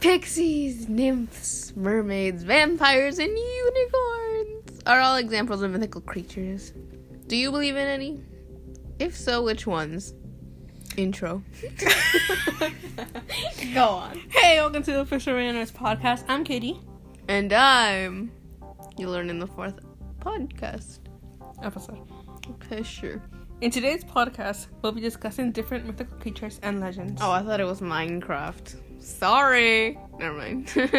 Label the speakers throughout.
Speaker 1: Pixies, nymphs, mermaids, vampires, and unicorns are all examples of mythical creatures. Do you believe in any? If so, which ones? Intro.
Speaker 2: Go on.
Speaker 3: Hey, welcome to the Fisher Runners podcast. I'm Katie.
Speaker 1: and I'm. You learn in the fourth podcast.
Speaker 3: Episode.
Speaker 1: Okay, sure.
Speaker 3: In today's podcast, we'll be discussing different mythical creatures and legends.
Speaker 1: Oh, I thought it was Minecraft. Sorry. Never mind.
Speaker 3: Let's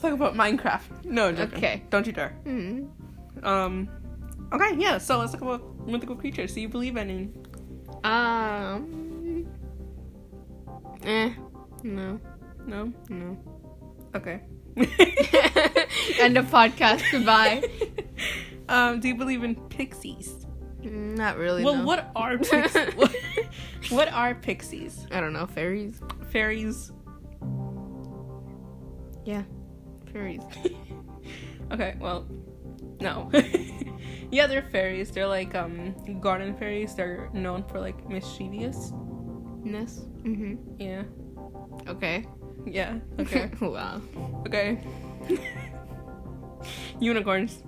Speaker 3: talk about Minecraft. No, joking.
Speaker 1: Okay.
Speaker 3: Don't you dare.
Speaker 1: Hmm.
Speaker 3: Um. Okay, yeah. So let's talk about mythical creatures. Do you believe in any?
Speaker 1: Um. Eh. No.
Speaker 3: No.
Speaker 1: No.
Speaker 3: Okay.
Speaker 1: End of podcast. Goodbye.
Speaker 3: um. Do you believe in pixies?
Speaker 1: Mm, Not really.
Speaker 3: Well,
Speaker 1: no.
Speaker 3: what are pixies? what are pixies?
Speaker 1: I don't know. Fairies.
Speaker 3: Fairies.
Speaker 1: Yeah. Fairies.
Speaker 3: Okay, well, no. yeah, they're fairies. They're like um garden fairies. They're known for like mischievous.
Speaker 1: Ness. Mm-hmm.
Speaker 3: Yeah.
Speaker 1: Okay.
Speaker 3: Yeah. Okay.
Speaker 1: wow.
Speaker 3: okay. unicorns.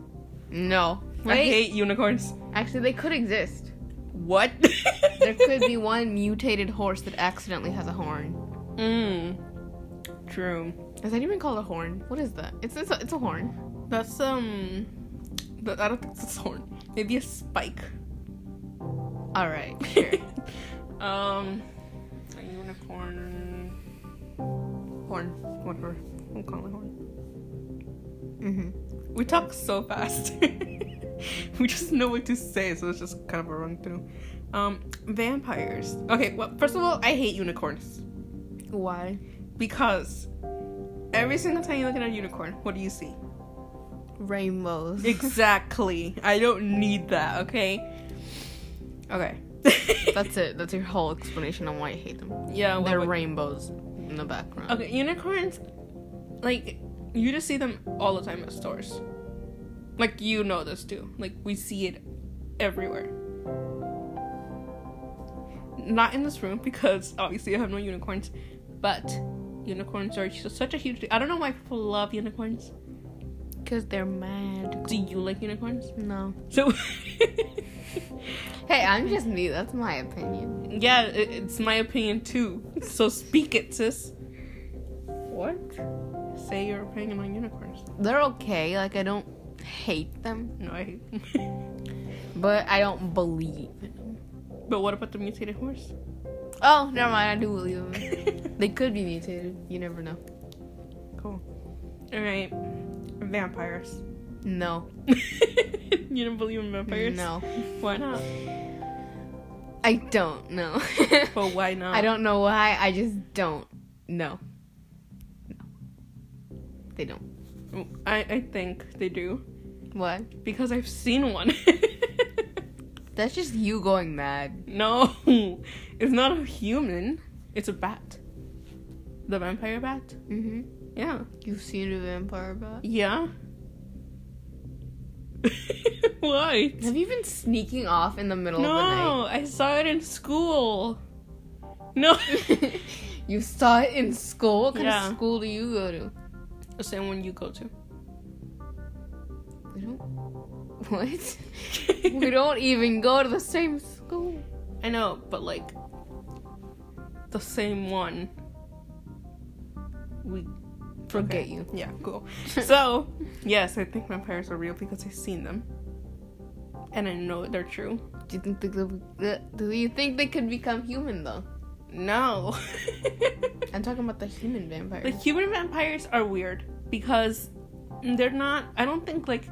Speaker 1: No.
Speaker 3: I
Speaker 1: Wait.
Speaker 3: hate unicorns.
Speaker 1: Actually, they could exist.
Speaker 3: What?
Speaker 1: There could be one mutated horse that accidentally has a horn.
Speaker 3: Mmm. True.
Speaker 1: Is that even called a horn? What is that? It's it's a, it's a horn.
Speaker 3: That's um. But I don't think it's a horn. Maybe a spike.
Speaker 1: All right. Sure.
Speaker 3: um. A unicorn. Horn. Whatever. We'll call it horn.
Speaker 1: mm-hmm.
Speaker 3: We talk so fast. we just know what to say, so it's just kind of a run through. Um, vampires. Okay, well, first of all, I hate unicorns
Speaker 1: Why?
Speaker 3: because every single time you look at a unicorn, what do you see?
Speaker 1: Rainbows.
Speaker 3: Exactly. I don't need that. Okay. Okay.
Speaker 1: That's it. That's your whole explanation on why you hate them.
Speaker 3: yeah. Well,
Speaker 1: They're
Speaker 3: but-
Speaker 1: rainbows in the background.
Speaker 3: okay, unicorns. Like you just see them all the time at stores. Like you know this too. Like we see it everywhere. Not in this room because obviously I have no unicorns, but unicorns are just such a huge. I don't know why people love unicorns.
Speaker 1: Because they're mad.
Speaker 3: Do you like unicorns?
Speaker 1: No.
Speaker 3: So
Speaker 1: Hey, I'm just me. That's my opinion.
Speaker 3: yeah, i- it's my opinion too. So speak it, sis. What? Say your opinion on unicorns.
Speaker 1: They're okay. Like, I don't hate them,
Speaker 3: No, I hate them.
Speaker 1: but I don't believe in them.
Speaker 3: But what about the mutated horse?
Speaker 1: Oh, never mind. I do believe in them. they could be mutated. You never know.
Speaker 3: cool. All right, vampires.
Speaker 1: No.
Speaker 3: you don't believe in vampires?
Speaker 1: No.
Speaker 3: Why not?
Speaker 1: I don't know.
Speaker 3: But why not?
Speaker 1: I don't know why. I just don't know. No. They don't.
Speaker 3: don't. I I think they do
Speaker 1: What?
Speaker 3: because I've seen one.
Speaker 1: That's just you going mad.
Speaker 3: no, it's not a human. It's a bat. The vampire bat.
Speaker 1: Mm-hmm.
Speaker 3: Yeah.
Speaker 1: You've seen a vampire bat?
Speaker 3: Yeah. why?
Speaker 1: Have you been sneaking off in the middle of the night?
Speaker 3: No, I saw it in school. No.
Speaker 1: you saw it in school? What kind
Speaker 3: Yeah.
Speaker 1: of school do you go to?
Speaker 3: the same one you go to.
Speaker 1: We don't. What? we don't even go to the same school.
Speaker 3: I know, but like the same one. We
Speaker 1: Forget you.
Speaker 3: Yeah, cool. so, yes, I think vampires are real because I've seen them. And I know they're true.
Speaker 1: Do you think they, could- do you think they could become human though?
Speaker 3: No.
Speaker 1: I'm talking about the human
Speaker 3: the
Speaker 1: vampires.
Speaker 3: human vampires are weird because they're not I don't think like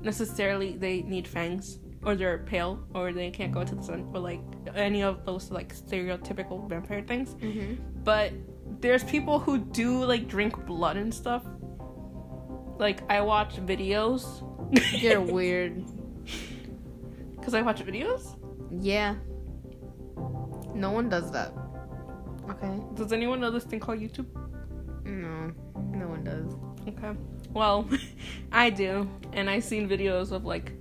Speaker 3: necessarily they need fangs or they're pale or they can't go to the sun or like any of those like stereotypical vampire things.
Speaker 1: hmm
Speaker 3: but there's people who do like drink blood and stuff. Like I watch videos.
Speaker 1: You're weird.
Speaker 3: Cause I watch videos.
Speaker 1: Yeah. No one does that. Okay.
Speaker 3: Does anyone know this thing called YouTube?
Speaker 1: No. No one does.
Speaker 3: Okay. Well, I do, and I've seen videos of like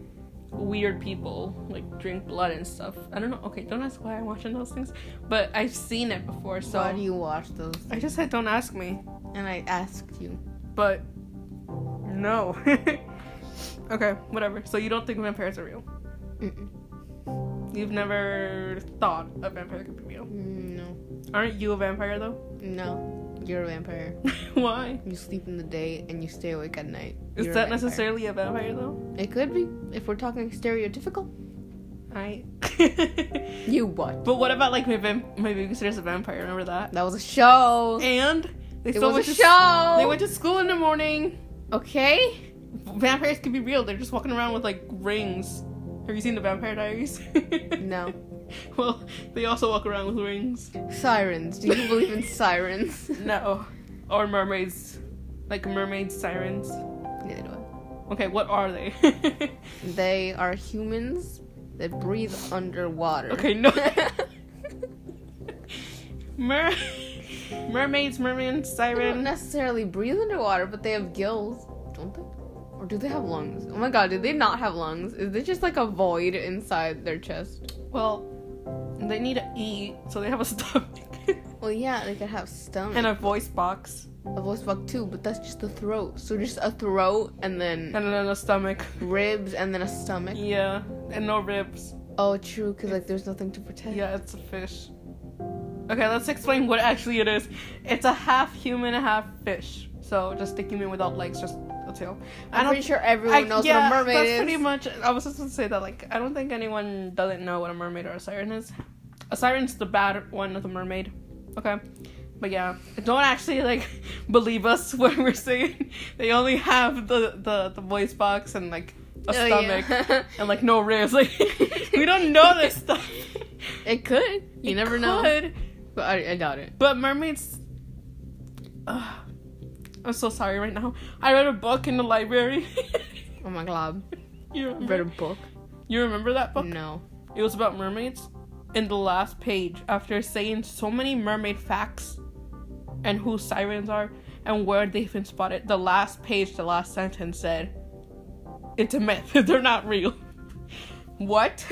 Speaker 3: weird people like drink blood and stuff. I don't know. Okay, don't ask why I'm watching those things, but I've seen it before. So
Speaker 1: Why do you watch those?
Speaker 3: I just said don't ask me,
Speaker 1: And I asked you.
Speaker 3: but no. okay, whatever. So you don't think vampires are real?
Speaker 1: Mm-mm.
Speaker 3: You've never thought a vampire could be real?
Speaker 1: Mm, No.
Speaker 3: Aren't you a vampire though?
Speaker 1: No. You're a vampire.
Speaker 3: why?
Speaker 1: You sleep in the day and you stay awake at night.
Speaker 3: Is
Speaker 1: You're a
Speaker 3: that
Speaker 1: vampire.
Speaker 3: necessarily a vampire though?
Speaker 1: It could be. If we're talking stereotypical. Mm-hmm.
Speaker 3: I.
Speaker 1: You what?
Speaker 3: but what about like my vamp- my babysitter's a vampire? Remember that?
Speaker 1: That was a show.
Speaker 3: And they
Speaker 1: It
Speaker 3: still
Speaker 1: was
Speaker 3: went
Speaker 1: a
Speaker 3: to
Speaker 1: show.
Speaker 3: They went to school in the morning.
Speaker 1: okay.
Speaker 3: Vampires can be real. They're just walking around with like rings. Have you seen the Vampire Diaries?
Speaker 1: No.
Speaker 3: well, they also walk around with rings.
Speaker 1: Sirens. Do you believe in sirens?
Speaker 3: No. Or mermaids, like mermaid sirens.
Speaker 1: Neither do I.
Speaker 3: Okay, what are they?
Speaker 1: They are humans that breathe underwater.
Speaker 3: okay, no. Mer- mermaids,
Speaker 1: They
Speaker 3: mermen,
Speaker 1: don't
Speaker 3: siren.
Speaker 1: necessarily breathe underwater, but they have gills, don't they? Or do they have lungs? Oh my god, do they not have lungs? Is there just like a void inside their chest?
Speaker 3: Well, they need to eat, so they have a stomach
Speaker 1: Well, yeah, they could have stomach.
Speaker 3: and a voice box
Speaker 1: a voice box too, but that's just the throat. So just a throat and then
Speaker 3: and then a stomach.
Speaker 1: ribs and then a stomach.
Speaker 3: Yeah, and no ribs.
Speaker 1: Oh, true, because like there's nothing to protect.
Speaker 3: Yeah, it's a fish. Okay, let's explain what actually it is. It's a half human, half fish. So just a human without legs, just a tail. I
Speaker 1: I'm
Speaker 3: don't-
Speaker 1: pretty sure everyone knows
Speaker 3: yeah,
Speaker 1: what a mermaid
Speaker 3: that's
Speaker 1: is.
Speaker 3: pretty much. I was just gonna say that. Like, I don't think anyone doesn't know what a mermaid or a siren is. A siren's the bad one of the mermaid. Okay, but yeah, don't actually like believe us when we're saying they only have the the, the voice box and like a
Speaker 1: Oh, yeah.
Speaker 3: stomach and like no ribs. Like, we don't know this stuff.
Speaker 1: It could. You
Speaker 3: It
Speaker 1: never know.
Speaker 3: could,
Speaker 1: But I, I doubt it.
Speaker 3: But mermaids. Ugh. I'm so sorry right now. I read a book in the library.
Speaker 1: Oh my god.
Speaker 3: you remember?
Speaker 1: Read a book?
Speaker 3: You remember that book?
Speaker 1: No.
Speaker 3: It was about mermaids. In the last page, after saying so many mermaid facts and who sirens are and where they've been spotted, the last page, the last sentence said, It's a myth. They're not real. What?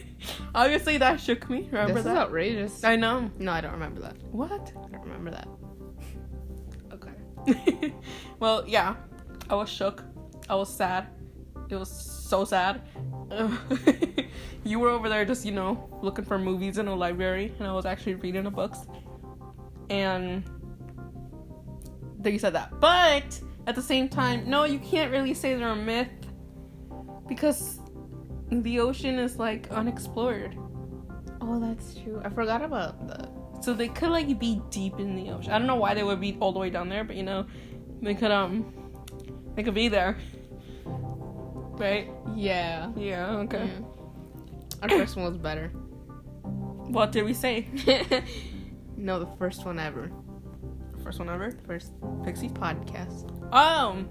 Speaker 3: Obviously, that shook me. Remember
Speaker 1: This is
Speaker 3: that?
Speaker 1: outrageous.
Speaker 3: I know.
Speaker 1: No, I don't remember that.
Speaker 3: What?
Speaker 1: I don't remember that.
Speaker 3: Okay. well, yeah. I was shook. I was sad. It was so sad. you were over there just, you know, looking for movies in a library, and I was actually reading the books. And then you said that. But at the same time, no, you can't really say they're a myth because the ocean is like unexplored.
Speaker 1: Oh, that's true. I forgot about that.
Speaker 3: So they could like be deep in the ocean. I don't know why they would be all the way down there, but you know, they could um, they could be there, right?
Speaker 1: Yeah.
Speaker 3: Yeah. Okay.
Speaker 1: Yeah. Our first one was better.
Speaker 3: What did we say?
Speaker 1: no, the first one ever.
Speaker 3: First one ever.
Speaker 1: First
Speaker 3: Pixie.
Speaker 1: podcast.
Speaker 3: Um.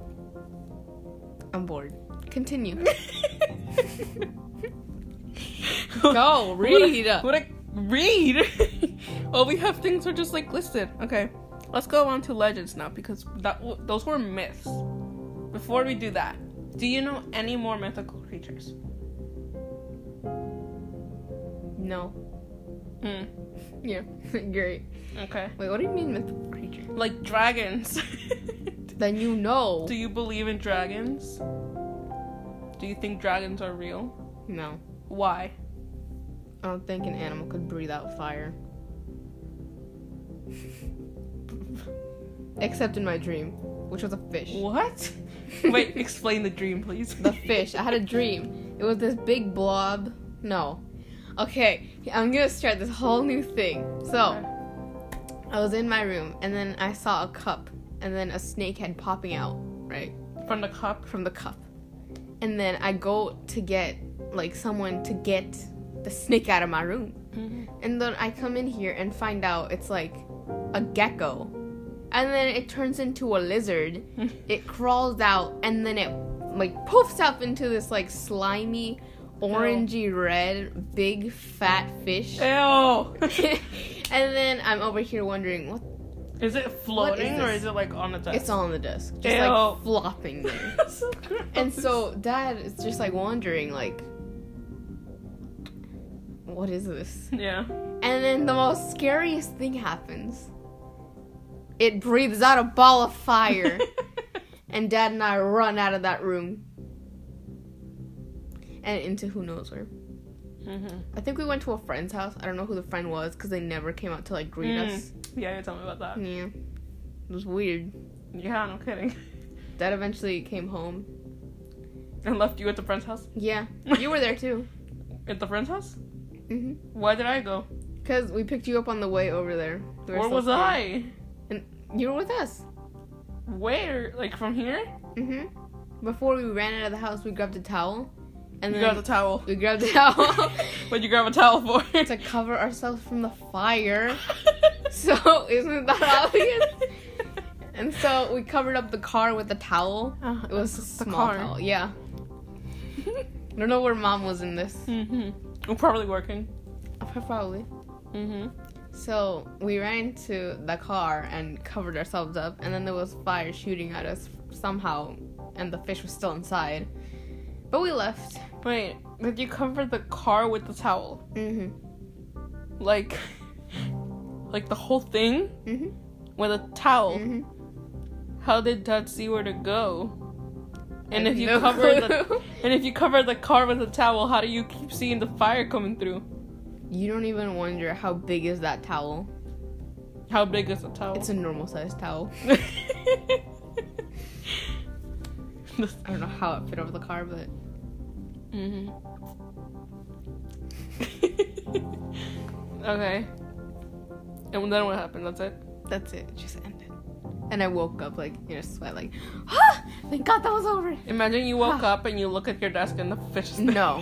Speaker 1: I'm bored. Continue. Go, read.
Speaker 3: What a, what a- read. all we have things are just like listed. Okay, let's go on to legends now because that w- those were myths. Before we do that, do you know any more mythical creatures?
Speaker 1: No.
Speaker 3: Hmm.
Speaker 1: Yeah. Great.
Speaker 3: Okay.
Speaker 1: Wait, what do you mean mythical creature?
Speaker 3: Like dragons.
Speaker 1: Then you know.
Speaker 3: Do you believe in dragons? Do you think dragons are real?
Speaker 1: no.
Speaker 3: Why?
Speaker 1: I don't think an animal could breathe out fire. Except in my dream, which was a fish.
Speaker 3: What? Wait, explain the dream, please.
Speaker 1: the fish. I had a dream. It was this big blob. No. Okay, I'm gonna start this whole new thing. So, I was in my room and then I saw a cup and then a snake head popping out, right?
Speaker 3: From the cup.
Speaker 1: From the cup. And then I go to get, like, someone to get the snake out of my room.
Speaker 3: Mm-hmm.
Speaker 1: And then I come in here and find out it's like a gecko. And then it turns into a lizard. it crawls out and then it like poofs up into this like slimy, orangey
Speaker 3: Oh.
Speaker 1: red, big fat fish.
Speaker 3: Ew.
Speaker 1: and then I'm over here wondering what
Speaker 3: Is it floating or
Speaker 1: this?
Speaker 3: is it like on a desk?
Speaker 1: It's all on the desk, just
Speaker 3: Ew.
Speaker 1: like flopping there.
Speaker 3: so gross.
Speaker 1: And so dad is just like wondering, like, what is this?
Speaker 3: yeah.
Speaker 1: And then the most scariest thing happens. It breathes out a ball of fire, and dad and I run out of that room and into who knows where.
Speaker 3: Mhm.
Speaker 1: I think we went to a friend's house. I don't know who the friend was because they never came out to like greet
Speaker 3: Mm.
Speaker 1: us.
Speaker 3: Yeah, you tell me about that.
Speaker 1: Yeah, it was weird.
Speaker 3: Yeah, no kidding.
Speaker 1: Dad eventually came home.
Speaker 3: And left you at the friend's house.
Speaker 1: Yeah, you were there too.
Speaker 3: At the friend's house?
Speaker 1: hmm
Speaker 3: Why did I go?
Speaker 1: Cause we picked you up on the way over there. We were
Speaker 3: Where
Speaker 1: still
Speaker 3: was
Speaker 1: scared.
Speaker 3: I?
Speaker 1: And you were with us.
Speaker 3: Where? Like from here?
Speaker 1: hmm Before we ran out of the house, we grabbed a towel, and then
Speaker 3: You grabbed a towel.
Speaker 1: we grabbed a towel
Speaker 3: What'd you grab a towel for?
Speaker 1: to cover ourselves from the fire. So isn't that obvious? And so we covered up the car with a towel.
Speaker 3: Uh,
Speaker 1: It was a small towel. Yeah. I don't know where mom was in this.
Speaker 3: mm-hmm. I'm probably working.
Speaker 1: Probably.
Speaker 3: Mm-hmm.
Speaker 1: So we ran into the car and covered ourselves up, and then there was fire shooting at us somehow, and the fish was still inside. But we left.
Speaker 3: Wait, did you cover the car with the towel?
Speaker 1: Mhm.
Speaker 3: Like, like the whole thing
Speaker 1: Mhm.
Speaker 3: with a towel?
Speaker 1: Mhm.
Speaker 3: How did Dad see where to go? And
Speaker 1: I
Speaker 3: if you
Speaker 1: have no
Speaker 3: cover the
Speaker 1: clue.
Speaker 3: and if you cover the car with a towel, how do you keep seeing the fire coming through?
Speaker 1: You don't even wonder how big is that towel.
Speaker 3: How big is the towel?
Speaker 1: It's a normal sized towel. I don't know how it fit over the car, but
Speaker 3: hmm okay. And then what happened? That's it.
Speaker 1: that's it. It just ended. And I woke up like in a sweat, like, ah! Thank God that was over.
Speaker 3: Imagine you woke up and you look at your desk and the fish. Is there.
Speaker 1: No.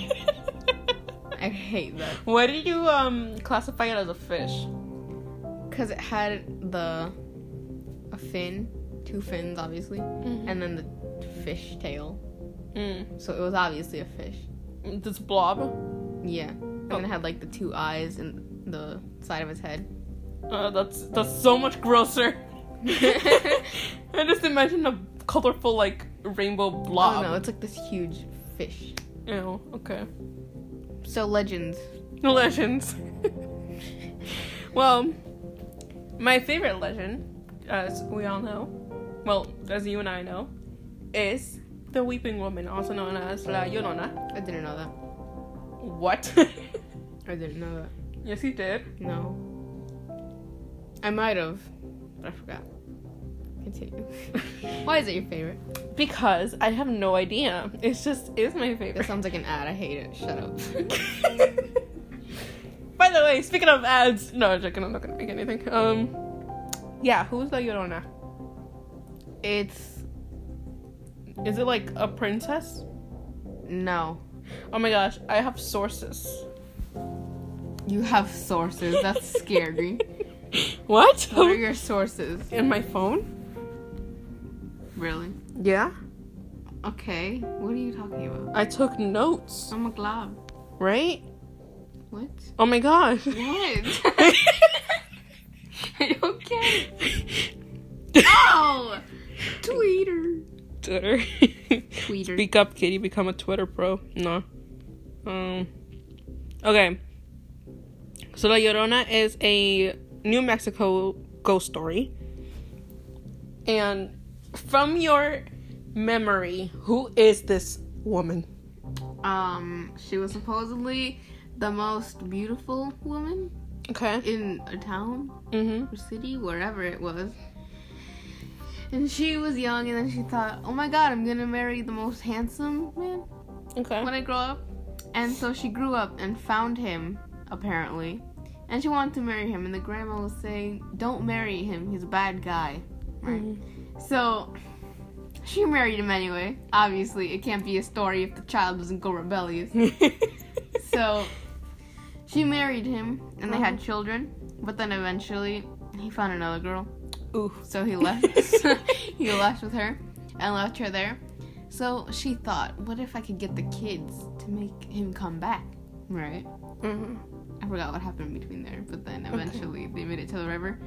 Speaker 1: I hate that.
Speaker 3: Why did you um classify it as a fish?
Speaker 1: Because it had the a fin, two fins obviously, and then the fish tail.
Speaker 3: Mm.
Speaker 1: So it was obviously a fish.
Speaker 3: This blob.
Speaker 1: Yeah. And then it had like the two eyes and the side of his head.
Speaker 3: Uh, that's that's so much grosser. I just imagine a colorful like rainbow
Speaker 1: I don't know,
Speaker 3: blob.
Speaker 1: it's like this huge fish.
Speaker 3: Ew. Okay.
Speaker 1: So legends.
Speaker 3: Legends. well, my favorite legend, as we all know, well, as you and I know, is the Weeping Woman, also known as La Llorona.
Speaker 1: I didn't know that.
Speaker 3: What?
Speaker 1: I didn't know that.
Speaker 3: yes, you did.
Speaker 1: No. I might have, but I forgot. Continue. Why is it your favorite?
Speaker 3: Because I have no idea. It's just is my
Speaker 1: That
Speaker 3: favorite.
Speaker 1: sounds like an ad. I hate it. Shut up.
Speaker 3: By the way, speaking of ads, no, I'm joking. I'm not gonna make anything. Um, yeah, who's La Llorona?
Speaker 1: It's
Speaker 3: Is it like a princess?
Speaker 1: no.
Speaker 3: Oh my gosh, I have sources.
Speaker 1: You have sources. That's scary.
Speaker 3: What?
Speaker 1: what are your sources?
Speaker 3: In my phone?
Speaker 1: Really?
Speaker 3: Yeah.
Speaker 1: Okay. What are you talking about?
Speaker 3: I took notes,
Speaker 1: I'm a glob.
Speaker 3: right?
Speaker 1: What?
Speaker 3: Oh my gosh.
Speaker 1: What? are you okay? Ow! Tweeter.
Speaker 3: Twitter.
Speaker 1: Tweeter.
Speaker 3: Speak up, Kitty. Become a Twitter pro. No. Um. Okay. So La Llorona is a New Mexico ghost story. And from your memory, who is this woman?
Speaker 1: Um, she was supposedly the most beautiful woman
Speaker 3: Okay.
Speaker 1: in a town
Speaker 3: Mm-hmm.
Speaker 1: or city, wherever it was. And she was young, and then she thought, oh my god, I'm gonna marry the most handsome man
Speaker 3: Okay.
Speaker 1: when I grow up. And so she grew up and found him, apparently. And she wanted to marry him, and the grandma was saying, Don't marry him, he's a bad guy. Right.
Speaker 3: Mm-hmm.
Speaker 1: So she married him anyway. Obviously, it can't be a story if the child doesn't go rebellious. So she married him, and they had children, but then eventually he found another girl.
Speaker 3: Ooh.
Speaker 1: So he left. he left with her and left her there. So she thought, what if I could get the kids to make him come back? Right?
Speaker 3: Mm-hmm.
Speaker 1: I forgot what happened between there, but then eventually they made it to the river.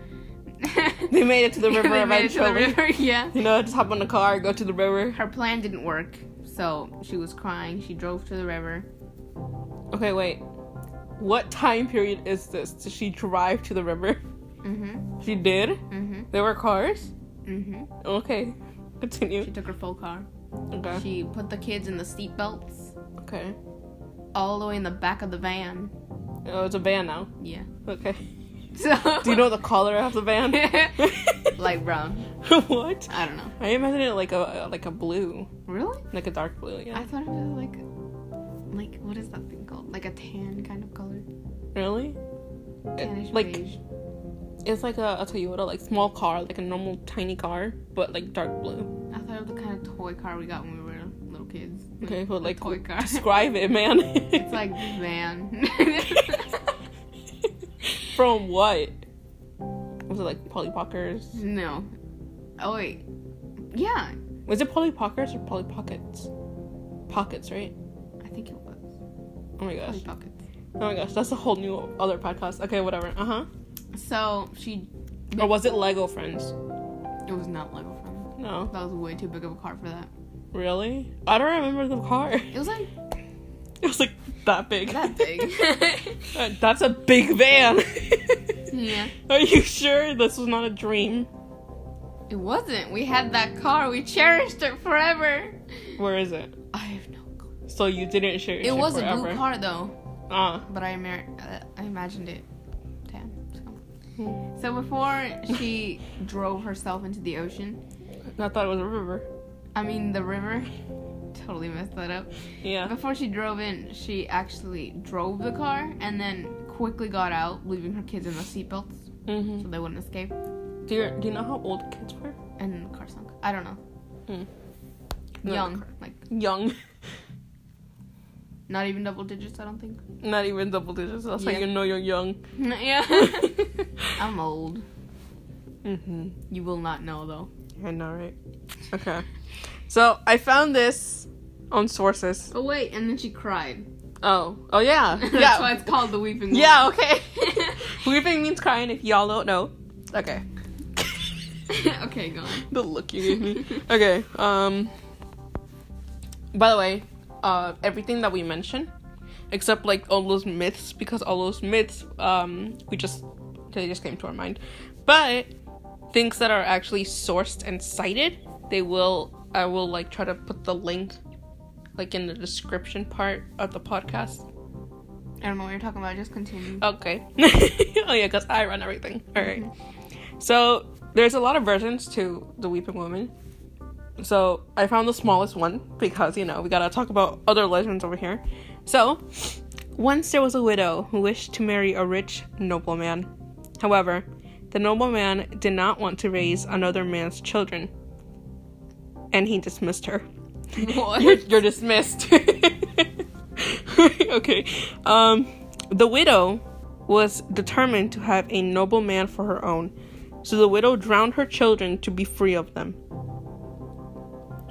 Speaker 3: They made it to the river
Speaker 1: They made it to the
Speaker 3: eventually.
Speaker 1: river, yeah.
Speaker 3: You know, just hop on the car, go to the river.
Speaker 1: Her plan didn't work, so she was crying. She drove to the river.
Speaker 3: Okay, wait. What time period is this? Did she drive to the river?
Speaker 1: Mm-hmm.
Speaker 3: She did?
Speaker 1: Mm-hmm.
Speaker 3: There were cars?
Speaker 1: Mm-hmm.
Speaker 3: Okay.
Speaker 1: She
Speaker 3: Continue.
Speaker 1: took her full car.
Speaker 3: Okay.
Speaker 1: She put the kids in the seatbelts
Speaker 3: Okay.
Speaker 1: all the way in the back of the van.
Speaker 3: Oh, it's a van now.
Speaker 1: Yeah.
Speaker 3: Okay.
Speaker 1: So
Speaker 3: Do you know the color of the van?
Speaker 1: like brown.
Speaker 3: what?
Speaker 1: I don't know.
Speaker 3: I imagine it like a like a blue,
Speaker 1: Really?
Speaker 3: like a dark blue. Yeah.
Speaker 1: I thought it was like like what is that thing called? Like a tan kind of color.
Speaker 3: Really? It-
Speaker 1: Tannish
Speaker 3: Uh, like
Speaker 1: beige.
Speaker 3: it's like a, a Toyota, like small car, like a normal tiny car, but like dark blue.
Speaker 1: I thought of the kind of toy car we got when we were little kids.
Speaker 3: Okay, but
Speaker 1: a
Speaker 3: like
Speaker 1: toy car.
Speaker 3: describe it, man.
Speaker 1: It's like van.
Speaker 3: From what? Was it like Polly Pockers?
Speaker 1: no. Oh wait. Yeah,
Speaker 3: Was it Polly Pockers or Polly Pockets? Pockets, right?
Speaker 1: I think it was.
Speaker 3: Oh my gosh.
Speaker 1: Polly Pockets.
Speaker 3: Oh my gosh, that's a whole new other podcast. Okay, whatever. Uh huh.
Speaker 1: So she.
Speaker 3: Or was it Lego Friends?
Speaker 1: It was not Lego Friends.
Speaker 3: No.
Speaker 1: That was way too big of a car for that.
Speaker 3: Really? I don't remember the car. It
Speaker 1: It was like
Speaker 3: was like that big.
Speaker 1: that big.
Speaker 3: Uh, That's a big van.
Speaker 1: yeah.
Speaker 3: Are you sure this was not a dream?
Speaker 1: It wasn't. We had that car. We cherished it forever.
Speaker 3: Where is it?
Speaker 1: I have no clue.
Speaker 3: So you didn't share
Speaker 1: It was a
Speaker 3: forever.
Speaker 1: blue car though,
Speaker 3: Ah,
Speaker 1: but I mer- uh, I imagined it tan. So.
Speaker 3: Hmm.
Speaker 1: so before she drove herself into the ocean,
Speaker 3: I thought it was a river.
Speaker 1: I mean the river. Totally messed that up.
Speaker 3: Yeah.
Speaker 1: Before she drove in, she actually drove the car and then quickly got out, leaving her kids in the seatbelts
Speaker 3: hmm
Speaker 1: so they wouldn't escape.
Speaker 3: Do you do you know how old kids were?
Speaker 1: And the car sunk. I don't know.
Speaker 3: No,
Speaker 1: Hmm. Young, like
Speaker 3: Young.
Speaker 1: not even double digits. I don't think.
Speaker 3: Not even double digits. That's
Speaker 1: Yeah.
Speaker 3: how you know you're young.
Speaker 1: yeah. I'm old.
Speaker 3: Mm-hmm.
Speaker 1: You will not know though.
Speaker 3: I know, right? Okay. So I found this on sources.
Speaker 1: Oh wait, and then she cried.
Speaker 3: Oh. Oh yeah.
Speaker 1: That's why
Speaker 3: Yeah.
Speaker 1: it's called the weeping.
Speaker 3: yeah. Okay.
Speaker 1: Woman.
Speaker 3: Weeping means crying. If y'all don't know. Okay.
Speaker 1: okay, go on.
Speaker 3: the look you gave me. Okay. Um. By the way, uh, everything that we mentioned, except like all those myths, because all those myths, um, we just they just came to our mind. But things that are actually sourced and cited, they will. I will like try to put the link, like in the description part of the podcast.
Speaker 1: I don't know what you're talking about. Just continue.
Speaker 3: Okay. oh yeah, because I run everything. All right. So there's a lot of versions to the Weeping Woman. So I found the smallest one because you know we gotta talk about other legends over here. So once there was a widow who wished to marry a rich nobleman. However, the nobleman did not want to raise another man's children, and he dismissed her.
Speaker 1: What?
Speaker 3: You're, you're dismissed. okay. Um, the widow was determined to have a noble man for her own, so the widow drowned her children to be free of them.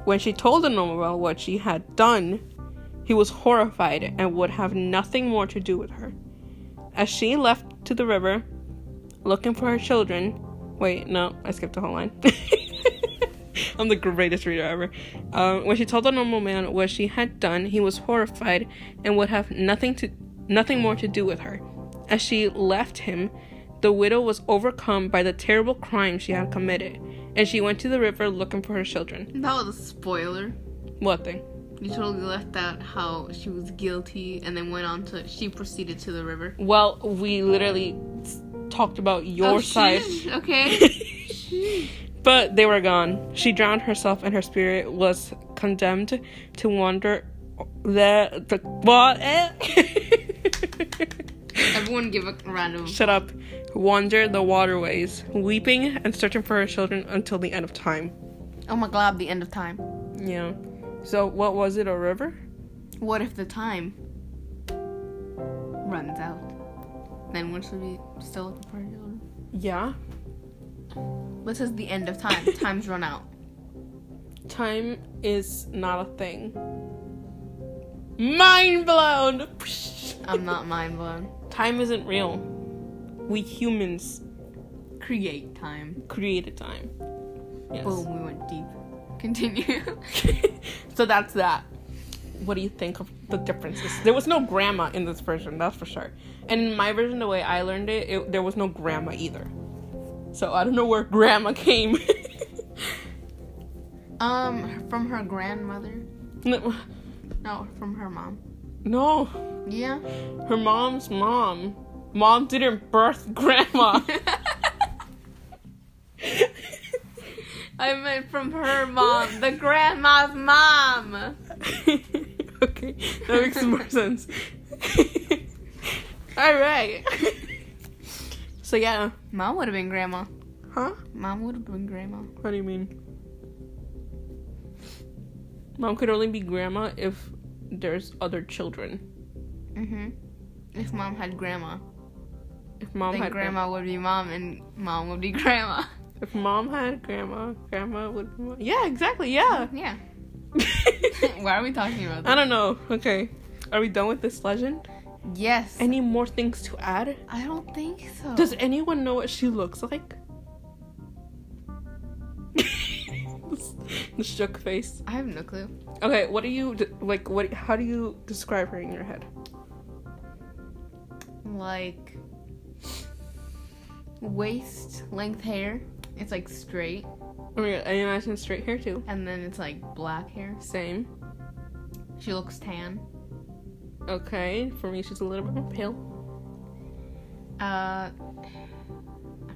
Speaker 3: When she told the noble what she had done, he was horrified and would have nothing more to do with her. As she left to the river, looking for her children. Wait, no, I skipped the whole line. I'm the greatest reader ever. Um, when she told the normal man what she had done, he was horrified and would have nothing to nothing more to do with her. As she left him, the widow was overcome by the terrible crime she had committed, and she went to the river looking for her children.
Speaker 1: That was a spoiler.
Speaker 3: What thing?
Speaker 1: You totally left out how she was guilty and then went on to. She proceeded to the river.
Speaker 3: Well, we literally s- talked about your
Speaker 1: Oh,
Speaker 3: side.
Speaker 1: sheesh, Okay.
Speaker 3: But they were gone. She drowned herself, and her spirit was condemned to wander. The, the what? eh?
Speaker 1: Everyone give a round of.
Speaker 3: Shut up. Wander the waterways, weeping and searching for her children until the end of time.
Speaker 1: Oh my god, the end of time.
Speaker 3: Yeah. So what was it? A river?
Speaker 1: What if the time runs out? Then wouldn't she be still looking for her children?
Speaker 3: Yeah.
Speaker 1: This is the end of time. Time's run out.
Speaker 3: Time is not a thing. Mind blown.
Speaker 1: I'm not mind blown.
Speaker 3: Time isn't real. We humans
Speaker 1: Create time.
Speaker 3: Creative time. Yes.
Speaker 1: Boom, we went deep. Continue.
Speaker 3: so that's that. What do you think of the differences? There was no grandma in this version, that's for sure. And in my version, the way I learned it, it there was no grandma either. So I don't know where grandma came.
Speaker 1: um, from her grandmother.
Speaker 3: no,
Speaker 1: No, from her mom.
Speaker 3: no,
Speaker 1: Yeah.
Speaker 3: her mom's mom. Mom didn't birth grandma.
Speaker 4: I meant from her mom, the grandma's mom.
Speaker 3: okay, that makes more sense. All right. so yeah,
Speaker 1: Mom would have been grandma.
Speaker 3: huh?
Speaker 1: Mom would have been grandma.
Speaker 3: What do you mean? Mom could only be grandma if there's other children.
Speaker 1: Mm-hmm.
Speaker 4: If mom had grandma,
Speaker 3: If mom
Speaker 1: Then
Speaker 3: had grandma,
Speaker 1: grandma would be mom and mom would be grandma.
Speaker 3: if mom had grandma, grandma would. Be mom. Yeah, exactly. Yeah.
Speaker 1: Yeah. Why are we talking about
Speaker 3: I
Speaker 1: that?
Speaker 3: don't know. Okay, are we done with this legend?
Speaker 1: Yes.
Speaker 3: Any more things to add?
Speaker 1: I don't think so.
Speaker 3: Does anyone know what she looks like? the shook face.
Speaker 1: I have no clue.
Speaker 3: Okay, what do you d- like? What? How do you describe her in your head?
Speaker 1: Like waist length hair. It's like straight,
Speaker 3: Oh my god, I imagine straight hair too.
Speaker 1: and then it's like black hair.
Speaker 3: Same.
Speaker 1: She looks tan.
Speaker 3: Okay, for me, she's a little bit more pale.
Speaker 1: Uh, I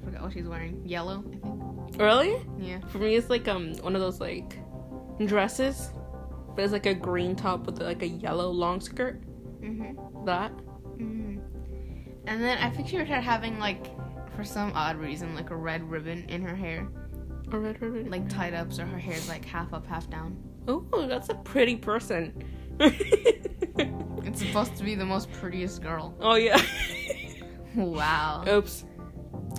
Speaker 1: forgot what she's wearing. Yellow, I think.
Speaker 3: Really?
Speaker 1: Yeah.
Speaker 3: For me, it's like um one of those like dresses, but it's like a green top with like a yellow long skirt. Mm-hmm.
Speaker 1: Mhm.
Speaker 3: That.
Speaker 1: Mhm. And then I pictured her having like, for some odd reason, like a red ribbon in her hair,
Speaker 3: A red ribbon.
Speaker 1: like tied up, so her hair's like half up, half down.
Speaker 3: oh, that's a pretty person.
Speaker 1: It's supposed to be the most prettiest girl.
Speaker 3: oh yeah.
Speaker 1: Wow.
Speaker 3: Oops.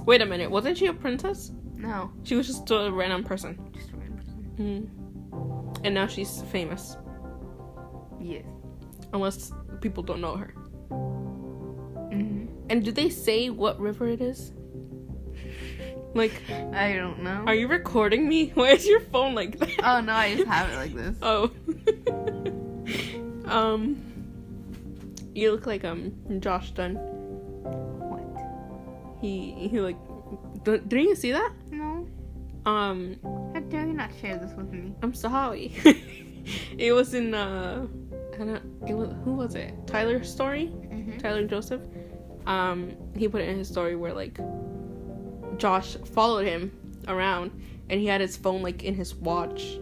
Speaker 3: Wait a minute. Wasn't she a princess?
Speaker 1: No,
Speaker 3: She was just a random person.
Speaker 1: just a random person.
Speaker 3: Mm. And now she's famous,
Speaker 1: Yes.
Speaker 3: unless people don't know her.
Speaker 1: Mhm.
Speaker 3: And do they say what river it is? Like,
Speaker 1: I don't know.
Speaker 3: Are you recording me? Why is your phone like that?
Speaker 1: Oh no, I just have it like this.
Speaker 3: Oh. um. You look like um Josh Dunn.
Speaker 1: What?
Speaker 3: He he like. D- didn't you see that?
Speaker 1: No.
Speaker 3: Um,
Speaker 1: How dare you not share this with me?
Speaker 3: I'm sorry. it was in uh, I don't. It was who was it? Tyler's story.
Speaker 1: Mhm.
Speaker 3: Tyler Joseph. Um, he put it in his story where like Josh followed him around and he had his phone like in his watch.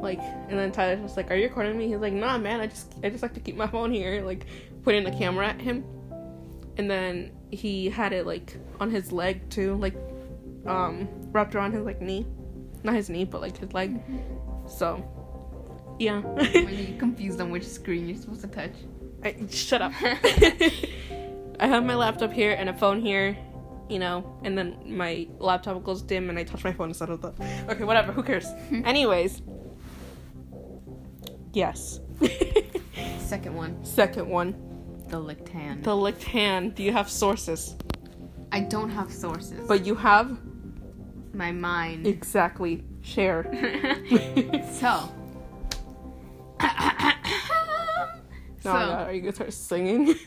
Speaker 3: Like and then Tyler's just like, Are you recording me? He's like, Nah man, I just I just like to keep my phone here, like pointing the camera at him. And then he had it like on his leg too, like um wrapped around his like knee. Not his knee, but like his leg. So yeah.
Speaker 1: Mm-hmm. When you get confused on which screen you're supposed to touch.
Speaker 3: I, shut up. I have my laptop here and a phone here, you know, and then my laptop goes dim and I touch my phone instead of the. Okay, whatever, who cares? Anyways. Yes.
Speaker 1: Second one,
Speaker 3: Second one,
Speaker 1: the licked hand.
Speaker 3: the licked hand. Do you have sources?
Speaker 1: I don't have sources.
Speaker 3: But you have
Speaker 1: my mind.
Speaker 3: exactly share.
Speaker 1: so.
Speaker 3: No,
Speaker 1: so,
Speaker 3: no, are you gonna start singing?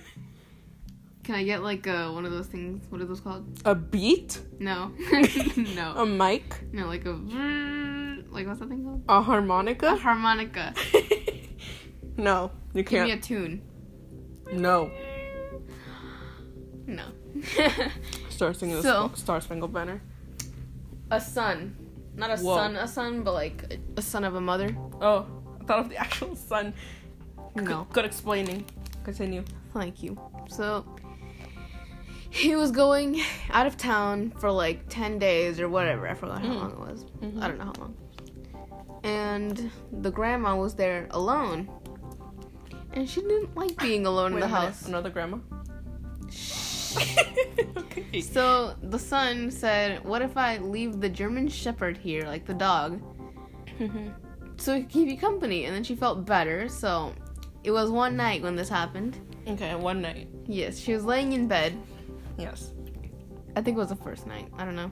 Speaker 1: can I get like uh, one of those things? What are those called?
Speaker 3: a beat,
Speaker 1: No, no,
Speaker 3: a mic,
Speaker 1: no, like a like what's that thing called?
Speaker 3: a
Speaker 1: A
Speaker 3: harmonica.
Speaker 1: harmonica.
Speaker 3: no, you
Speaker 1: Give me a
Speaker 3: can't.
Speaker 1: tune.
Speaker 3: No,
Speaker 1: No.
Speaker 3: start singing the
Speaker 1: So-
Speaker 3: Sp- Star Spangled Banner.
Speaker 1: a son, not a
Speaker 3: Whoa.
Speaker 1: son, a son, but like a, a son of a mother.
Speaker 3: Oh, I thought of the actual sun.
Speaker 1: No.
Speaker 3: Good, good explaining. Continue.
Speaker 1: Thank you. So he was going out of town for like 10 days or whatever. I forgot how
Speaker 3: Mm.
Speaker 1: long it was. I don't know how long. And the grandma was there alone. And she didn't like being alone in the house.
Speaker 3: Another grandma. okay.
Speaker 1: So the son said, What if I leave the German Shepherd here, like the dog, so he could keep you company? And then she felt better. So it was one night when this happened.
Speaker 3: okay, one night.
Speaker 1: Yes, she was laying in bed
Speaker 3: Yes.
Speaker 1: I think it was the first night. I don't know.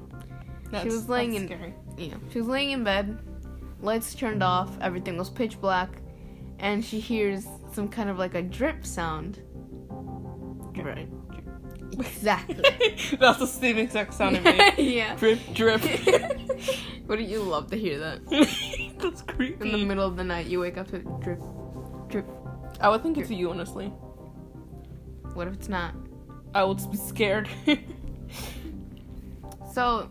Speaker 3: That's,
Speaker 1: was laying
Speaker 3: that's
Speaker 1: in-
Speaker 3: Scary.
Speaker 1: Yeah. She was laying in bed, lights turned off, everything was pitch black, and she hears some kind of like a drip sound. Right. Exactly.
Speaker 3: that's the same exact sound it made.
Speaker 1: yeah.
Speaker 3: drip, drip.
Speaker 1: Wouldn't you love to hear that?
Speaker 3: that's creepy.
Speaker 1: In the middle of the night, you wake up to drip.
Speaker 3: I would think it's you, honestly.
Speaker 1: What if it's not?
Speaker 3: I would be scared.
Speaker 1: So,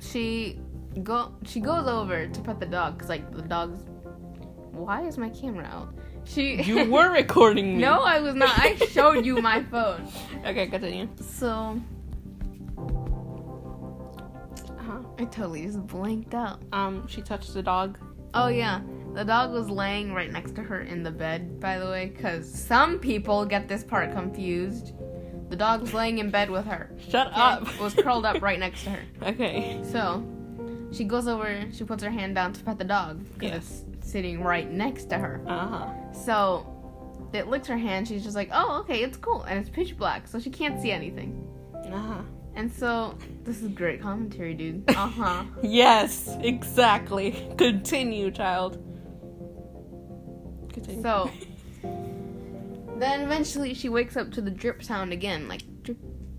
Speaker 1: she go she goes over to pet the dog because like the dog's. Why is my camera out? She.
Speaker 3: you were recording me.
Speaker 1: no, I was not. I showed you my phone.
Speaker 3: Okay, continue.
Speaker 1: So. Uh, I totally just blanked out.
Speaker 3: Um, she touched the dog.
Speaker 1: Oh, yeah. The dog was laying right next to her in the bed, by the way, because some people get this part confused. The dog was laying in bed with her.
Speaker 3: Shut
Speaker 1: okay?
Speaker 3: up.
Speaker 1: was curled up right next to her.
Speaker 3: Okay.
Speaker 1: So, she goes over, she puts her hand down to pet the dog,
Speaker 3: Yes.
Speaker 1: sitting right next to her.
Speaker 3: Uh huh.
Speaker 1: So, it licks her hand, she's just like, oh, okay, it's cool. And it's pitch black, so she can't see anything.
Speaker 3: Uh huh.
Speaker 1: And so, this is great commentary, dude. Uh
Speaker 3: Uh-huh.
Speaker 1: huh.
Speaker 3: Yes, exactly. Continue, child. Continue.
Speaker 1: So- then eventually she wakes up to the drip sound again, like drip.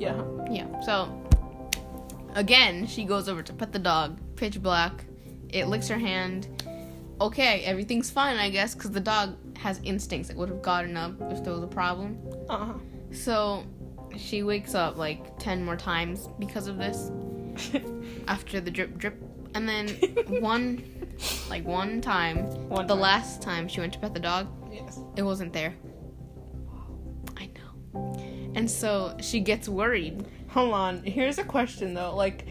Speaker 3: yeah.
Speaker 1: Yeah. So, again, she goes over to pet the dog, pitch black. It licks her hand. Okay, everything's fine, I guess, because the dog has instincts. It would have gotten up if there was a problem.
Speaker 3: Uh huh.
Speaker 1: So, she wakes up like 10 more times because of this after the drip drip. And then one, like one time,
Speaker 3: One
Speaker 1: the
Speaker 3: time.
Speaker 1: last time she went to pet the dog,
Speaker 3: Yes.
Speaker 1: it wasn't there. I know. And so she gets worried.
Speaker 3: Hold on. Here's a question though. Like,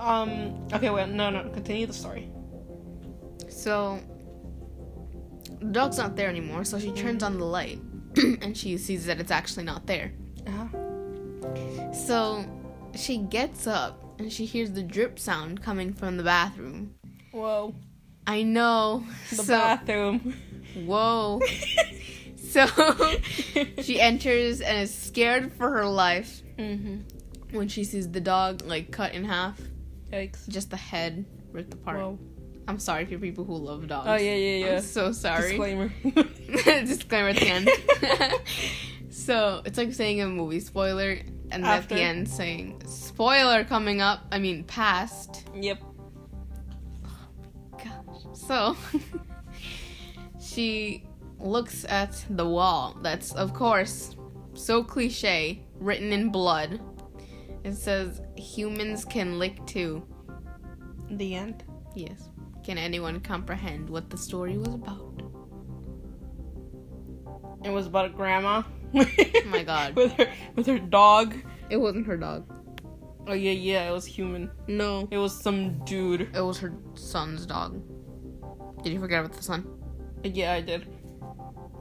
Speaker 3: um. Okay. Wait. No. No. Continue the story.
Speaker 1: So the dog's not there anymore, so she turns on the light and she sees that it's actually not there.
Speaker 3: Uh-huh.
Speaker 1: So she gets up and she hears the drip sound coming from the bathroom.
Speaker 3: Whoa.
Speaker 1: I know.
Speaker 3: The
Speaker 1: so
Speaker 3: bathroom.
Speaker 1: whoa. so she enters and is scared for her life
Speaker 3: mm-hmm.
Speaker 1: when she sees the dog like cut in half,
Speaker 3: Yikes.
Speaker 1: just the head ripped apart.
Speaker 3: Whoa.
Speaker 1: I'm sorry for people who love dogs.
Speaker 3: Oh yeah. Yeah. Yeah.
Speaker 1: I'm so sorry.
Speaker 3: Disclaimer.
Speaker 1: Disclaimer at the end. so it's like saying a movie spoiler and at
Speaker 3: After.
Speaker 1: the end saying spoiler coming up. I mean past.
Speaker 3: yep.
Speaker 1: Gosh. So she looks at the wall. That's of course so cliche, written in blood. It says humans can lick too.
Speaker 3: The end.
Speaker 1: Yes. Can anyone comprehend what the story was about?
Speaker 3: It was about a grandma.
Speaker 1: Oh my God.
Speaker 3: with her with her dog.
Speaker 1: It wasn't her dog.
Speaker 3: Oh yeah, yeah, it was human.
Speaker 1: No.
Speaker 3: It was some dude.
Speaker 1: It was her son's dog. Did you forget about the son?
Speaker 3: Yeah, I did.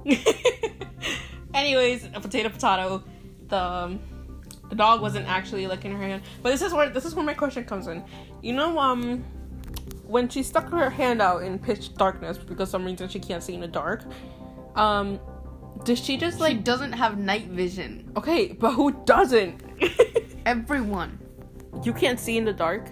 Speaker 3: Anyways, a potato potato. The um, the dog wasn't actually like in her hand. But this is where this is where my question comes in. You know, um when she stuck her hand out in pitch darkness because some reason she can't see in the dark, um does she just like
Speaker 1: Like doesn't have night vision.
Speaker 3: okay, but who doesn't?
Speaker 1: Everyone.
Speaker 3: you can't see in the dark?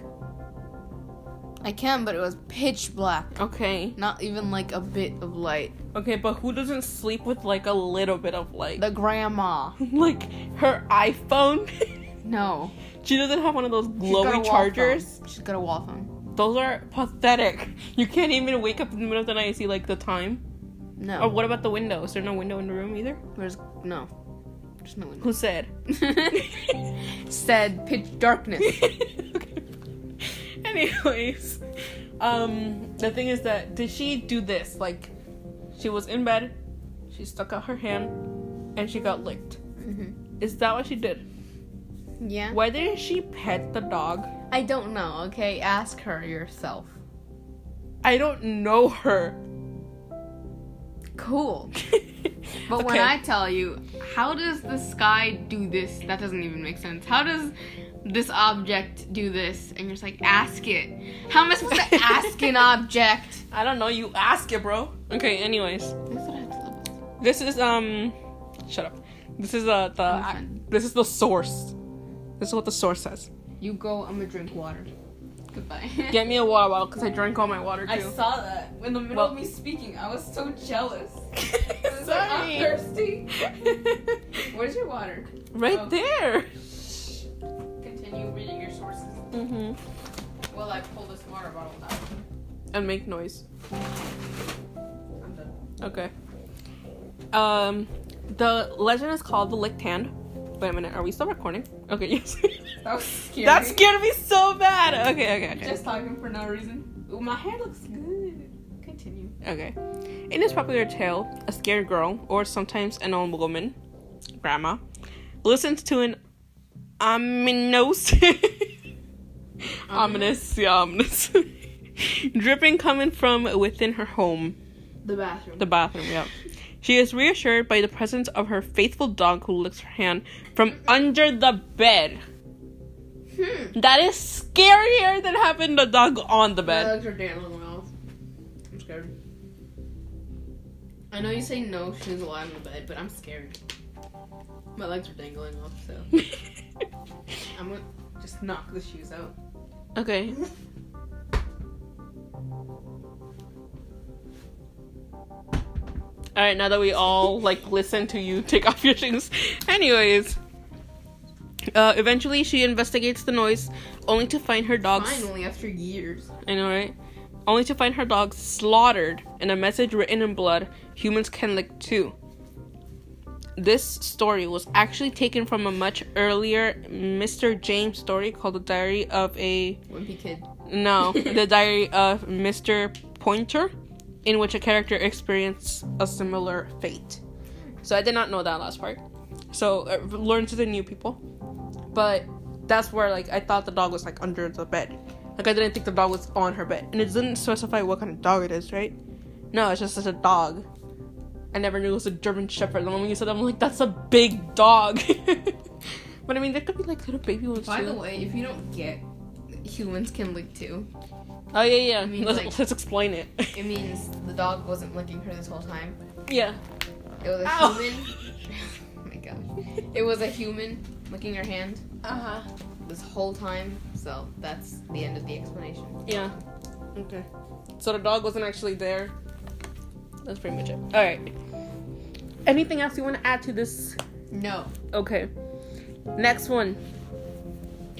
Speaker 1: I can, but it was pitch black.
Speaker 3: Okay.
Speaker 1: Not even like a bit of light.
Speaker 3: Okay, but who doesn't sleep with like a little bit of light?
Speaker 1: The grandma.
Speaker 3: like her iPhone.
Speaker 1: No.
Speaker 3: she doesn't have one of those
Speaker 1: She's got a
Speaker 3: glowy
Speaker 1: wall
Speaker 3: chargers.
Speaker 1: phone. She's got a wall phone.
Speaker 3: Those are pathetic. You can't even wake up in the middle of the night and see like the time.
Speaker 1: No.
Speaker 3: Or what about the window? Is there no window in the room either?
Speaker 1: There's no. There's no window.
Speaker 3: Who said?
Speaker 1: Said pitch darkness.
Speaker 3: Anyways, um, the thing is that did she do this? Like, she was in bed, she stuck out her hand, and she got licked. Is that what she did?
Speaker 1: Mm-hmm. yeah.
Speaker 3: Why didn't she pet the dog?
Speaker 1: I don't know, okay? Ask her yourself.
Speaker 3: I don't know her.
Speaker 1: Cool. But when
Speaker 3: Okay.
Speaker 1: I tell you, how does the sky do this? That doesn't even make sense. How does this object do this? And you're just like, ask it. How am I supposed to ask an object?
Speaker 3: I don't know, you ask it, bro. Okay, anyways.
Speaker 1: That's what I have to live with.
Speaker 3: This is um shut up. This is uh the
Speaker 1: I'm fine.
Speaker 3: this is the source. This is what the source says.
Speaker 1: You go. I'm gonna drink water. Goodbye.
Speaker 3: Get me a water bottle because I drank all my water
Speaker 1: I
Speaker 3: too.
Speaker 1: saw that in the middle
Speaker 3: Well-
Speaker 1: of me speaking. I was so jealous. It's like, I'm
Speaker 3: Sorry.
Speaker 1: thirsty. Where's your water?
Speaker 3: right
Speaker 1: Oh.
Speaker 3: there.
Speaker 1: Continue reading your sources.
Speaker 3: Mm-hmm.
Speaker 1: Well, I pull this water bottle down.
Speaker 3: And make noise.
Speaker 1: I'm done.
Speaker 3: Okay. Um, the legend is called the Licked Hand. Wait a minute, are we still recording? Okay, yes.
Speaker 1: That was scary.
Speaker 3: that scared me so bad. Okay, okay, okay.
Speaker 1: Just talking for no reason. Ooh, my hair looks good. Continue.
Speaker 3: Okay. In this popular tale, a scared girl, or sometimes an old woman, grandma, listens to an ominous, ominous, yeah, ominous, dripping coming from within her home,
Speaker 1: The bathroom.
Speaker 3: the bathroom. Yep. She is reassured by the presence of her faithful dog, who licks her hand from under the bed.
Speaker 1: hmm.
Speaker 3: That is scarier than having the dog on the
Speaker 1: My
Speaker 3: bed.
Speaker 1: legs are dangling off. I'm scared. I know you say no, she's alive in the bed, but I'm scared. My legs are dangling off, so Uh, I'm gonna just knock the shoes out.
Speaker 3: okay. All right, now that we all like listen to you take off your shoes. Anyways, uh, eventually she investigates the noise, only to find her dogs.
Speaker 1: Finally, after years.
Speaker 3: I know, right? Only to find her dogs slaughtered and a message written in blood. Humans can lick too. This story was actually taken from a much earlier Mr. James story called The Diary of a
Speaker 1: Wimpy kid.
Speaker 3: no, the diary of Mr. Pointer, in which a character experienced a similar fate. So I did not know that last part. So uh, learn to the new people, but that's where like I thought the dog was like under the bed. Like I didn't think the dog was on her bed, and it didn't specify what kind of dog it is, right? No, it's just it's a dog. I never knew it was a German Shepherd. The moment you said, that, I'm like, that's a big dog. but I mean, there could be like little baby ones
Speaker 1: By
Speaker 3: too.
Speaker 1: the way, if you don't get humans can lick too,
Speaker 3: oh yeah, yeah.
Speaker 1: mean,
Speaker 3: let's,
Speaker 1: like-
Speaker 3: let's explain it.
Speaker 1: it means the dog wasn't licking her this whole time.
Speaker 3: yeah.
Speaker 1: It was a
Speaker 3: Ow.
Speaker 1: human. oh my gosh. It was a human licking her hand
Speaker 3: Uh huh.
Speaker 1: this whole time, so that's the end of the explanation.
Speaker 3: Yeah. Okay. So the dog wasn't actually there. That's pretty much it. All right. Anything else you want to add to this?
Speaker 1: No.
Speaker 3: Okay. Next one.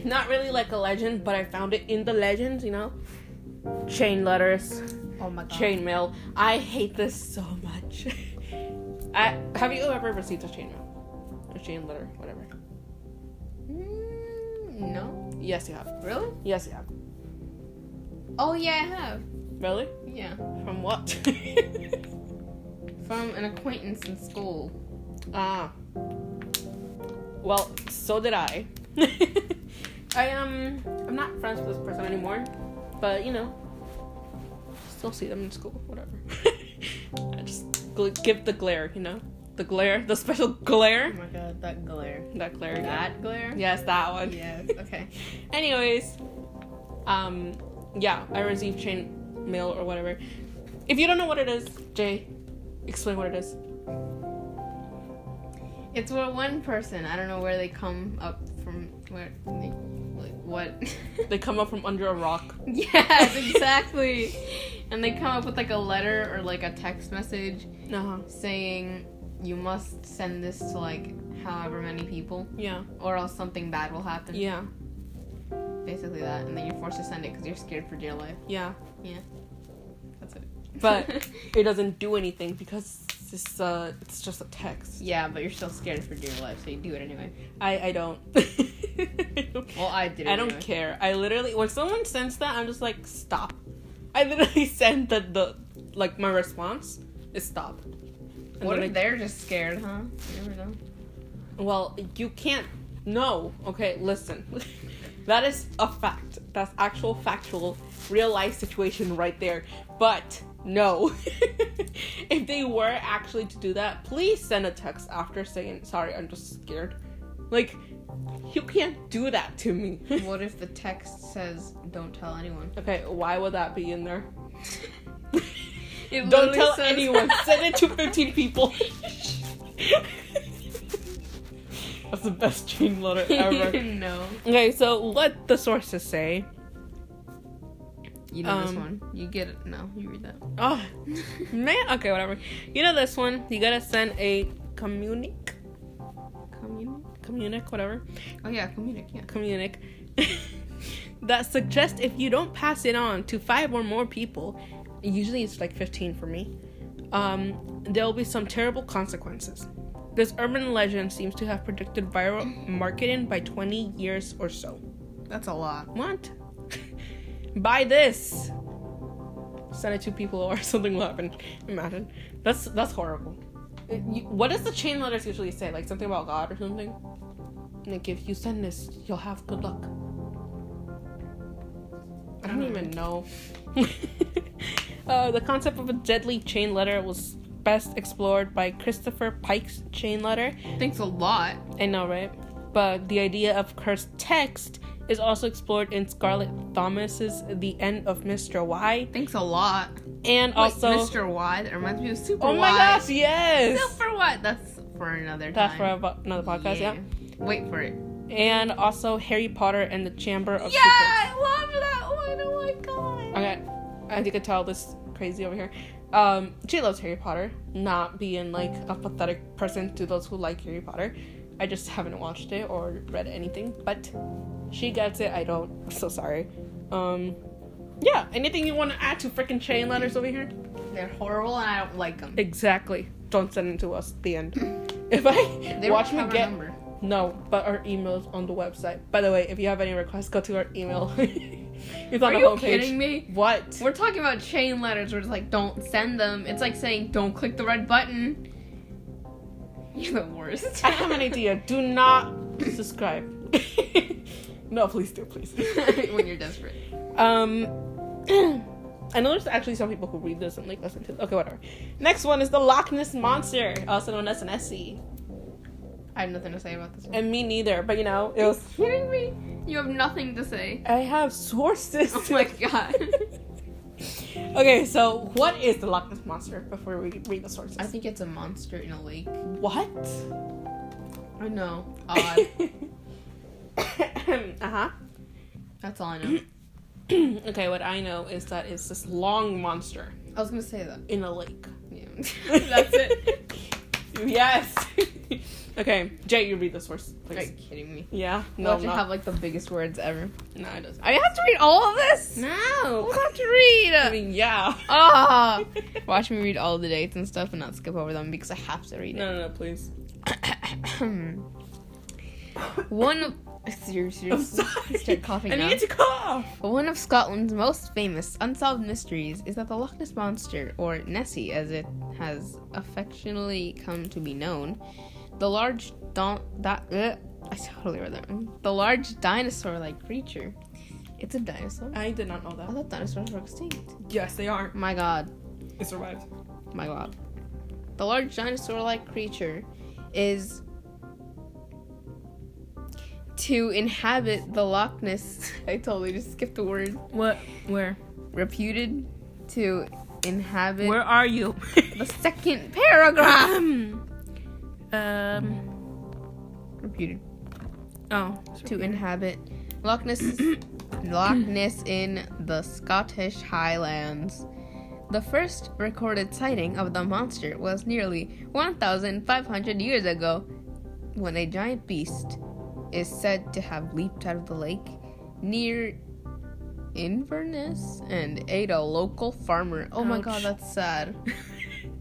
Speaker 3: Not really like a legend, but I found it in the legends. You know, chain letters,
Speaker 1: Oh my god.
Speaker 3: chain mail. I hate this so much. I have you ever received a chain mail, a chain letter, whatever?
Speaker 1: Mm, no.
Speaker 3: Yes, you have.
Speaker 1: Really?
Speaker 3: Yes, you have.
Speaker 1: Oh yeah, I have.
Speaker 3: Really?
Speaker 1: Yeah.
Speaker 3: From what?
Speaker 1: From an acquaintance in school.
Speaker 3: Ah. Well, so did I. I am. I'm not friends with this person anymore, but you know, still see them in school. Whatever. I just gl- give the glare, you know, the glare, the special glare.
Speaker 1: Oh my god, that glare.
Speaker 3: That glare. yeah.
Speaker 1: That glare?
Speaker 3: Yes, that one.
Speaker 1: Yes, okay.
Speaker 3: Anyways, um, yeah, I received chain mail or whatever. If you don't know what it is, Jay, explain what it is.
Speaker 1: It's where one person, I don't know where they come up from, where, they, like, what?
Speaker 3: They come up from under a rock.
Speaker 1: yes, exactly. and they come up with like a letter or like a text message
Speaker 3: Uh huh.
Speaker 1: saying you must send this to like however many people
Speaker 3: Yeah.
Speaker 1: or else something bad will happen.
Speaker 3: Yeah.
Speaker 1: Basically that. And then you're forced to send it because you're scared for dear life.
Speaker 3: Yeah.
Speaker 1: That's it.
Speaker 3: But- it doesn't do anything because it's uh it's just a text.
Speaker 1: yeah, but you're still scared for dear life, so you do it anyway.
Speaker 3: I I don't.
Speaker 1: Well, I did. It
Speaker 3: I don't
Speaker 1: anyway.
Speaker 3: care. I literally when someone sends that, I'm just like stop. I literally send the the like my response is stop. And
Speaker 1: What
Speaker 3: then
Speaker 1: if they're just scared, huh? You never know.
Speaker 3: I- well, you can't. No. Okay, listen. that is a fact. That's actual factual real life situation right there. But no. if they were actually to do that, please send a text after saying sorry, I'm just scared. Like you can't do that to me.
Speaker 1: What if the text says, "Don't tell anyone"?
Speaker 3: okay, why would that be in there?
Speaker 1: It
Speaker 3: Don't
Speaker 1: literally
Speaker 3: tell
Speaker 1: says-
Speaker 3: anyone. Send it to 15 people. That's the best chain letter ever.
Speaker 1: no.
Speaker 3: okay, so what the sources say.
Speaker 1: You know this
Speaker 3: Um,
Speaker 1: one. You get it. No, you read that.
Speaker 3: Oh, man. Okay, whatever. You know this one. You gotta send a communic,
Speaker 1: Communic?
Speaker 3: communic, whatever,
Speaker 1: Oh, yeah, communic, yeah.
Speaker 3: communic. that suggests if you don't pass it on to five or more people, usually it's like fifteen for me. Um, there will be some terrible consequences. This urban legend seems to have predicted viral marketing by 20 years or so.
Speaker 1: That's a lot.
Speaker 3: What? Buy this. Send it to people, or something will happen. Imagine. That's that's horrible. It- you- what does the chain letters usually say? Like something about God or something? Like if you send this, you'll have good luck. I don't even know. uh, the concept of a deadly chain letter was best explored by Christopher Pike's chain letter,
Speaker 1: Thanks a lot.
Speaker 3: I know, right? But the idea of cursed text is also explored in Scarlett Thomas's The End of Mr. Y,
Speaker 1: Thanks a lot.
Speaker 3: and
Speaker 1: Wait,
Speaker 3: also
Speaker 1: Mr. Y. That reminds me of Super
Speaker 3: Oh
Speaker 1: Y.
Speaker 3: my gosh, yes!
Speaker 1: Super Y. That's for another
Speaker 3: That's
Speaker 1: time.
Speaker 3: for abo- another podcast, yeah.
Speaker 1: Wait for it.
Speaker 3: And also Harry Potter and the Chamber of
Speaker 1: Yeah,
Speaker 3: Secrets.
Speaker 1: I love that one. Oh my god.
Speaker 3: Okay, as you can tell, this crazy over here. Um, she loves Harry Potter, not being like a pathetic person to those who like Harry Potter. I just haven't watched it or read anything, but she gets it. I don't. I'm so sorry. Um, yeah. Anything you want to add to freaking chain letters over here?
Speaker 1: They're horrible and I don't like them.
Speaker 3: Exactly. Don't send them to us. The end. If I
Speaker 1: They
Speaker 3: watch
Speaker 1: don't
Speaker 3: me
Speaker 1: have our
Speaker 3: get
Speaker 1: number.
Speaker 3: no, but our emails on the website. By the way, if you have any requests, go to our email. it's on
Speaker 1: Oh. Are
Speaker 3: the
Speaker 1: you
Speaker 3: homepage.
Speaker 1: kidding me?
Speaker 3: What?
Speaker 1: We're talking about chain letters where it's like, don't send them. It's like saying, don't click the red button. You're the worst.
Speaker 3: I have an idea. Do not subscribe. no, please do, please.
Speaker 1: when you're desperate.
Speaker 3: Um, I know there's actually some people who read this and like listen to. Okay, whatever. Next one is the Loch Ness monster, also known as an Essie.
Speaker 1: I have nothing to say about this one.
Speaker 3: And me neither, but you know it was.
Speaker 1: kidding me? You have nothing to say.
Speaker 3: I have sources.
Speaker 1: Oh my god.
Speaker 3: okay, so what is the Loch Ness monster? Before we read the sources,
Speaker 1: I think it's a monster in a lake.
Speaker 3: what?
Speaker 1: I know.
Speaker 3: uh
Speaker 1: Odd.
Speaker 3: huh.
Speaker 1: That's all I know.
Speaker 3: okay, what I know is that it's this long monster
Speaker 1: I was gonna say that.
Speaker 3: in a lake.
Speaker 1: Yeah. That's it.
Speaker 3: yes. okay, Jay, you read the source,
Speaker 1: Are
Speaker 3: please.
Speaker 1: you kidding me?
Speaker 3: Yeah.
Speaker 1: No,
Speaker 3: No,
Speaker 1: have to
Speaker 3: not-
Speaker 1: have like the biggest words ever.
Speaker 3: no, it doesn't.
Speaker 1: I have to read all of this.
Speaker 3: No.
Speaker 1: I have to read.
Speaker 3: I mean, yeah.
Speaker 1: Ah. Watch me read all the dates and stuff and not skip over them because I have to read it.
Speaker 3: No, no, no, please.
Speaker 1: One of ser-
Speaker 3: I'm
Speaker 1: seriously,
Speaker 3: sorry.
Speaker 1: start coughing
Speaker 3: I
Speaker 1: now.
Speaker 3: need to cough.
Speaker 1: One of Scotland's most famous unsolved mysteries is that the Loch Ness Monster, or Nessie as it has affectionately come to be known, the large don- that uh, I totally read that wrong. The large dinosaur-like creature. It's a dinosaur.
Speaker 3: I did not know
Speaker 1: I
Speaker 3: that.
Speaker 1: thought dinosaurs were extinct.
Speaker 3: Yes, they are.
Speaker 1: My God.
Speaker 3: It survived.
Speaker 1: my god. The large dinosaur like creature is to inhabit the Loch Ness. I totally just skipped the word.
Speaker 3: What? Where?
Speaker 1: Reputed to inhabit
Speaker 3: Where are you?
Speaker 1: the second paragraph.
Speaker 3: um.
Speaker 1: Reputed
Speaker 3: Oh.
Speaker 1: to inhabit Loch Ness. Loch Ness in the Scottish Highlands. The first recorded sighting of the monster was nearly 1,500 years ago when a giant beast is said to have leaped out of the lake near Inverness and ate a local farmer. Oh my god,
Speaker 3: Ouch.
Speaker 1: that's sad.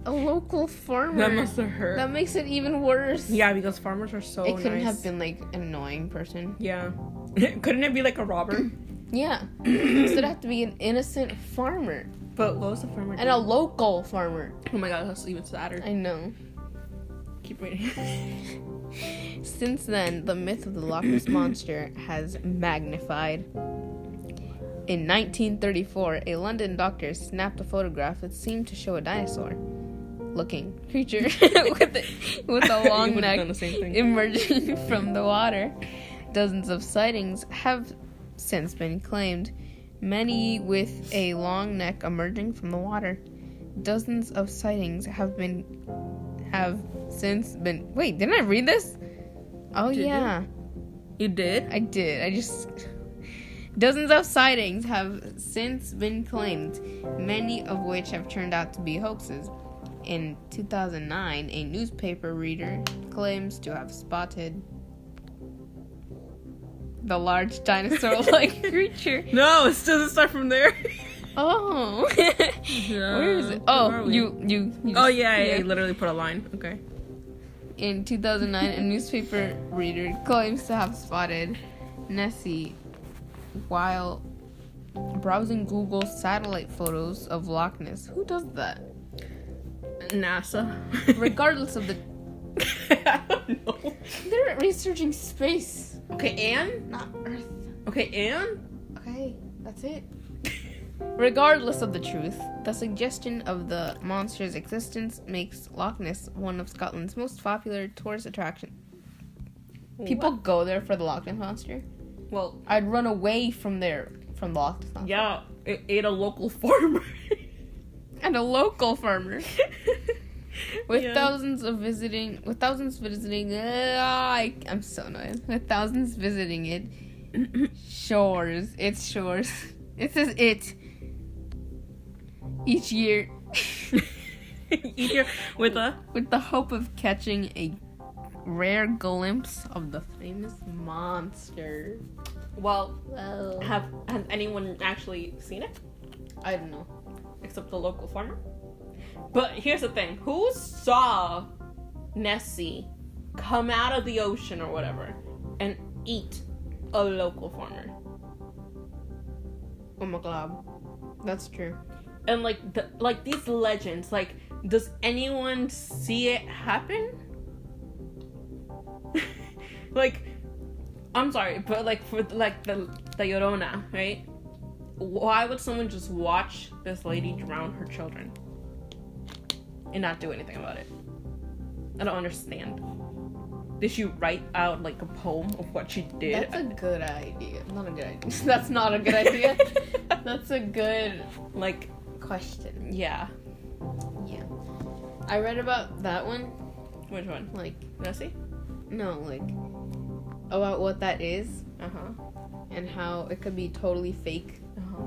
Speaker 1: A local farmer.
Speaker 3: That must have hurt.
Speaker 1: That makes it even worse.
Speaker 3: Yeah, because farmers are so
Speaker 1: It couldn't
Speaker 3: nice.
Speaker 1: have been like an annoying person.
Speaker 3: Yeah. couldn't it be like a robber?
Speaker 1: Yeah. so it'd have to be an innocent farmer.
Speaker 3: but what was the farmer?
Speaker 1: And a local farmer.
Speaker 3: oh my god, that's even sadder.
Speaker 1: I know.
Speaker 3: Keep reading.
Speaker 1: Since then, the myth of the Loch Ness Monster has magnified. In 1934, a London doctor snapped a photograph that seemed to show a dinosaur looking creature with, a, with a
Speaker 3: You
Speaker 1: long
Speaker 3: would've
Speaker 1: neck
Speaker 3: done the same thing.
Speaker 1: emerging from the water. Dozens of sightings have since been claimed, many with a long neck emerging from the water. Dozens of sightings have been have since been Wait, didn't I read this? Oh
Speaker 3: Did you?
Speaker 1: yeah,
Speaker 3: You did?
Speaker 1: I did. I just dozens of sightings have since been claimed, many of which have turned out to be hoaxes. In 2009, a newspaper reader claims to have spotted the large dinosaur-like creature.
Speaker 3: No, it doesn't start from there.
Speaker 1: Oh, where is it?
Speaker 3: Where
Speaker 1: Oh,
Speaker 3: are we?
Speaker 1: you, you, you
Speaker 3: Oh yeah, I literally put a line. Okay.
Speaker 1: In 2009, a newspaper reader claims to have spotted Nessie while browsing Google satellite photos of Loch Ness. Who does that?
Speaker 3: NASA.
Speaker 1: Regardless of the.
Speaker 3: I don't know.
Speaker 1: They're researching space,
Speaker 3: Okay, Anne.
Speaker 1: not Earth.
Speaker 3: Okay, Anne.
Speaker 1: Okay, that's it. Regardless of the truth, the suggestion of the monster's existence makes Loch Ness one of Scotland's most popular tourist attractions. People go there for the Loch Ness monster.
Speaker 3: Well,
Speaker 1: I'd run away from there, from Loch Ness. Monster.
Speaker 3: yeah, it ate a local farmer.
Speaker 1: And a local farmer with
Speaker 3: Yeah.
Speaker 1: thousands of visiting, with thousands visiting. Uh, I, I'm so annoyed. With thousands visiting it, shores, its shores. It says it. Each year,
Speaker 3: Eater with a
Speaker 1: with the hope of catching a rare glimpse of the famous monster.
Speaker 3: well.
Speaker 1: Whoa.
Speaker 3: Have has anyone actually seen it
Speaker 1: I don't know.
Speaker 3: except the local farmer? But here's the thing: who saw Nessie come out of the ocean or whatever and eat a local farmer?
Speaker 1: Oh my god, that's true.
Speaker 3: and like the, like these legends like does anyone see it happen like i'm sorry but like for like the the llorona right why would someone just watch this lady drown her children and not do anything about it i don't understand did she write out like a poem of what she did
Speaker 1: That's a good idea. Not a good idea. That's not a good idea. That's a good
Speaker 3: like
Speaker 1: question.
Speaker 3: yeah
Speaker 1: Yeah. I read about that one,
Speaker 3: which one
Speaker 1: like,
Speaker 3: nessie
Speaker 1: no, like, about what that is
Speaker 3: uh-huh
Speaker 1: and how it could be totally fake,
Speaker 3: uh-huh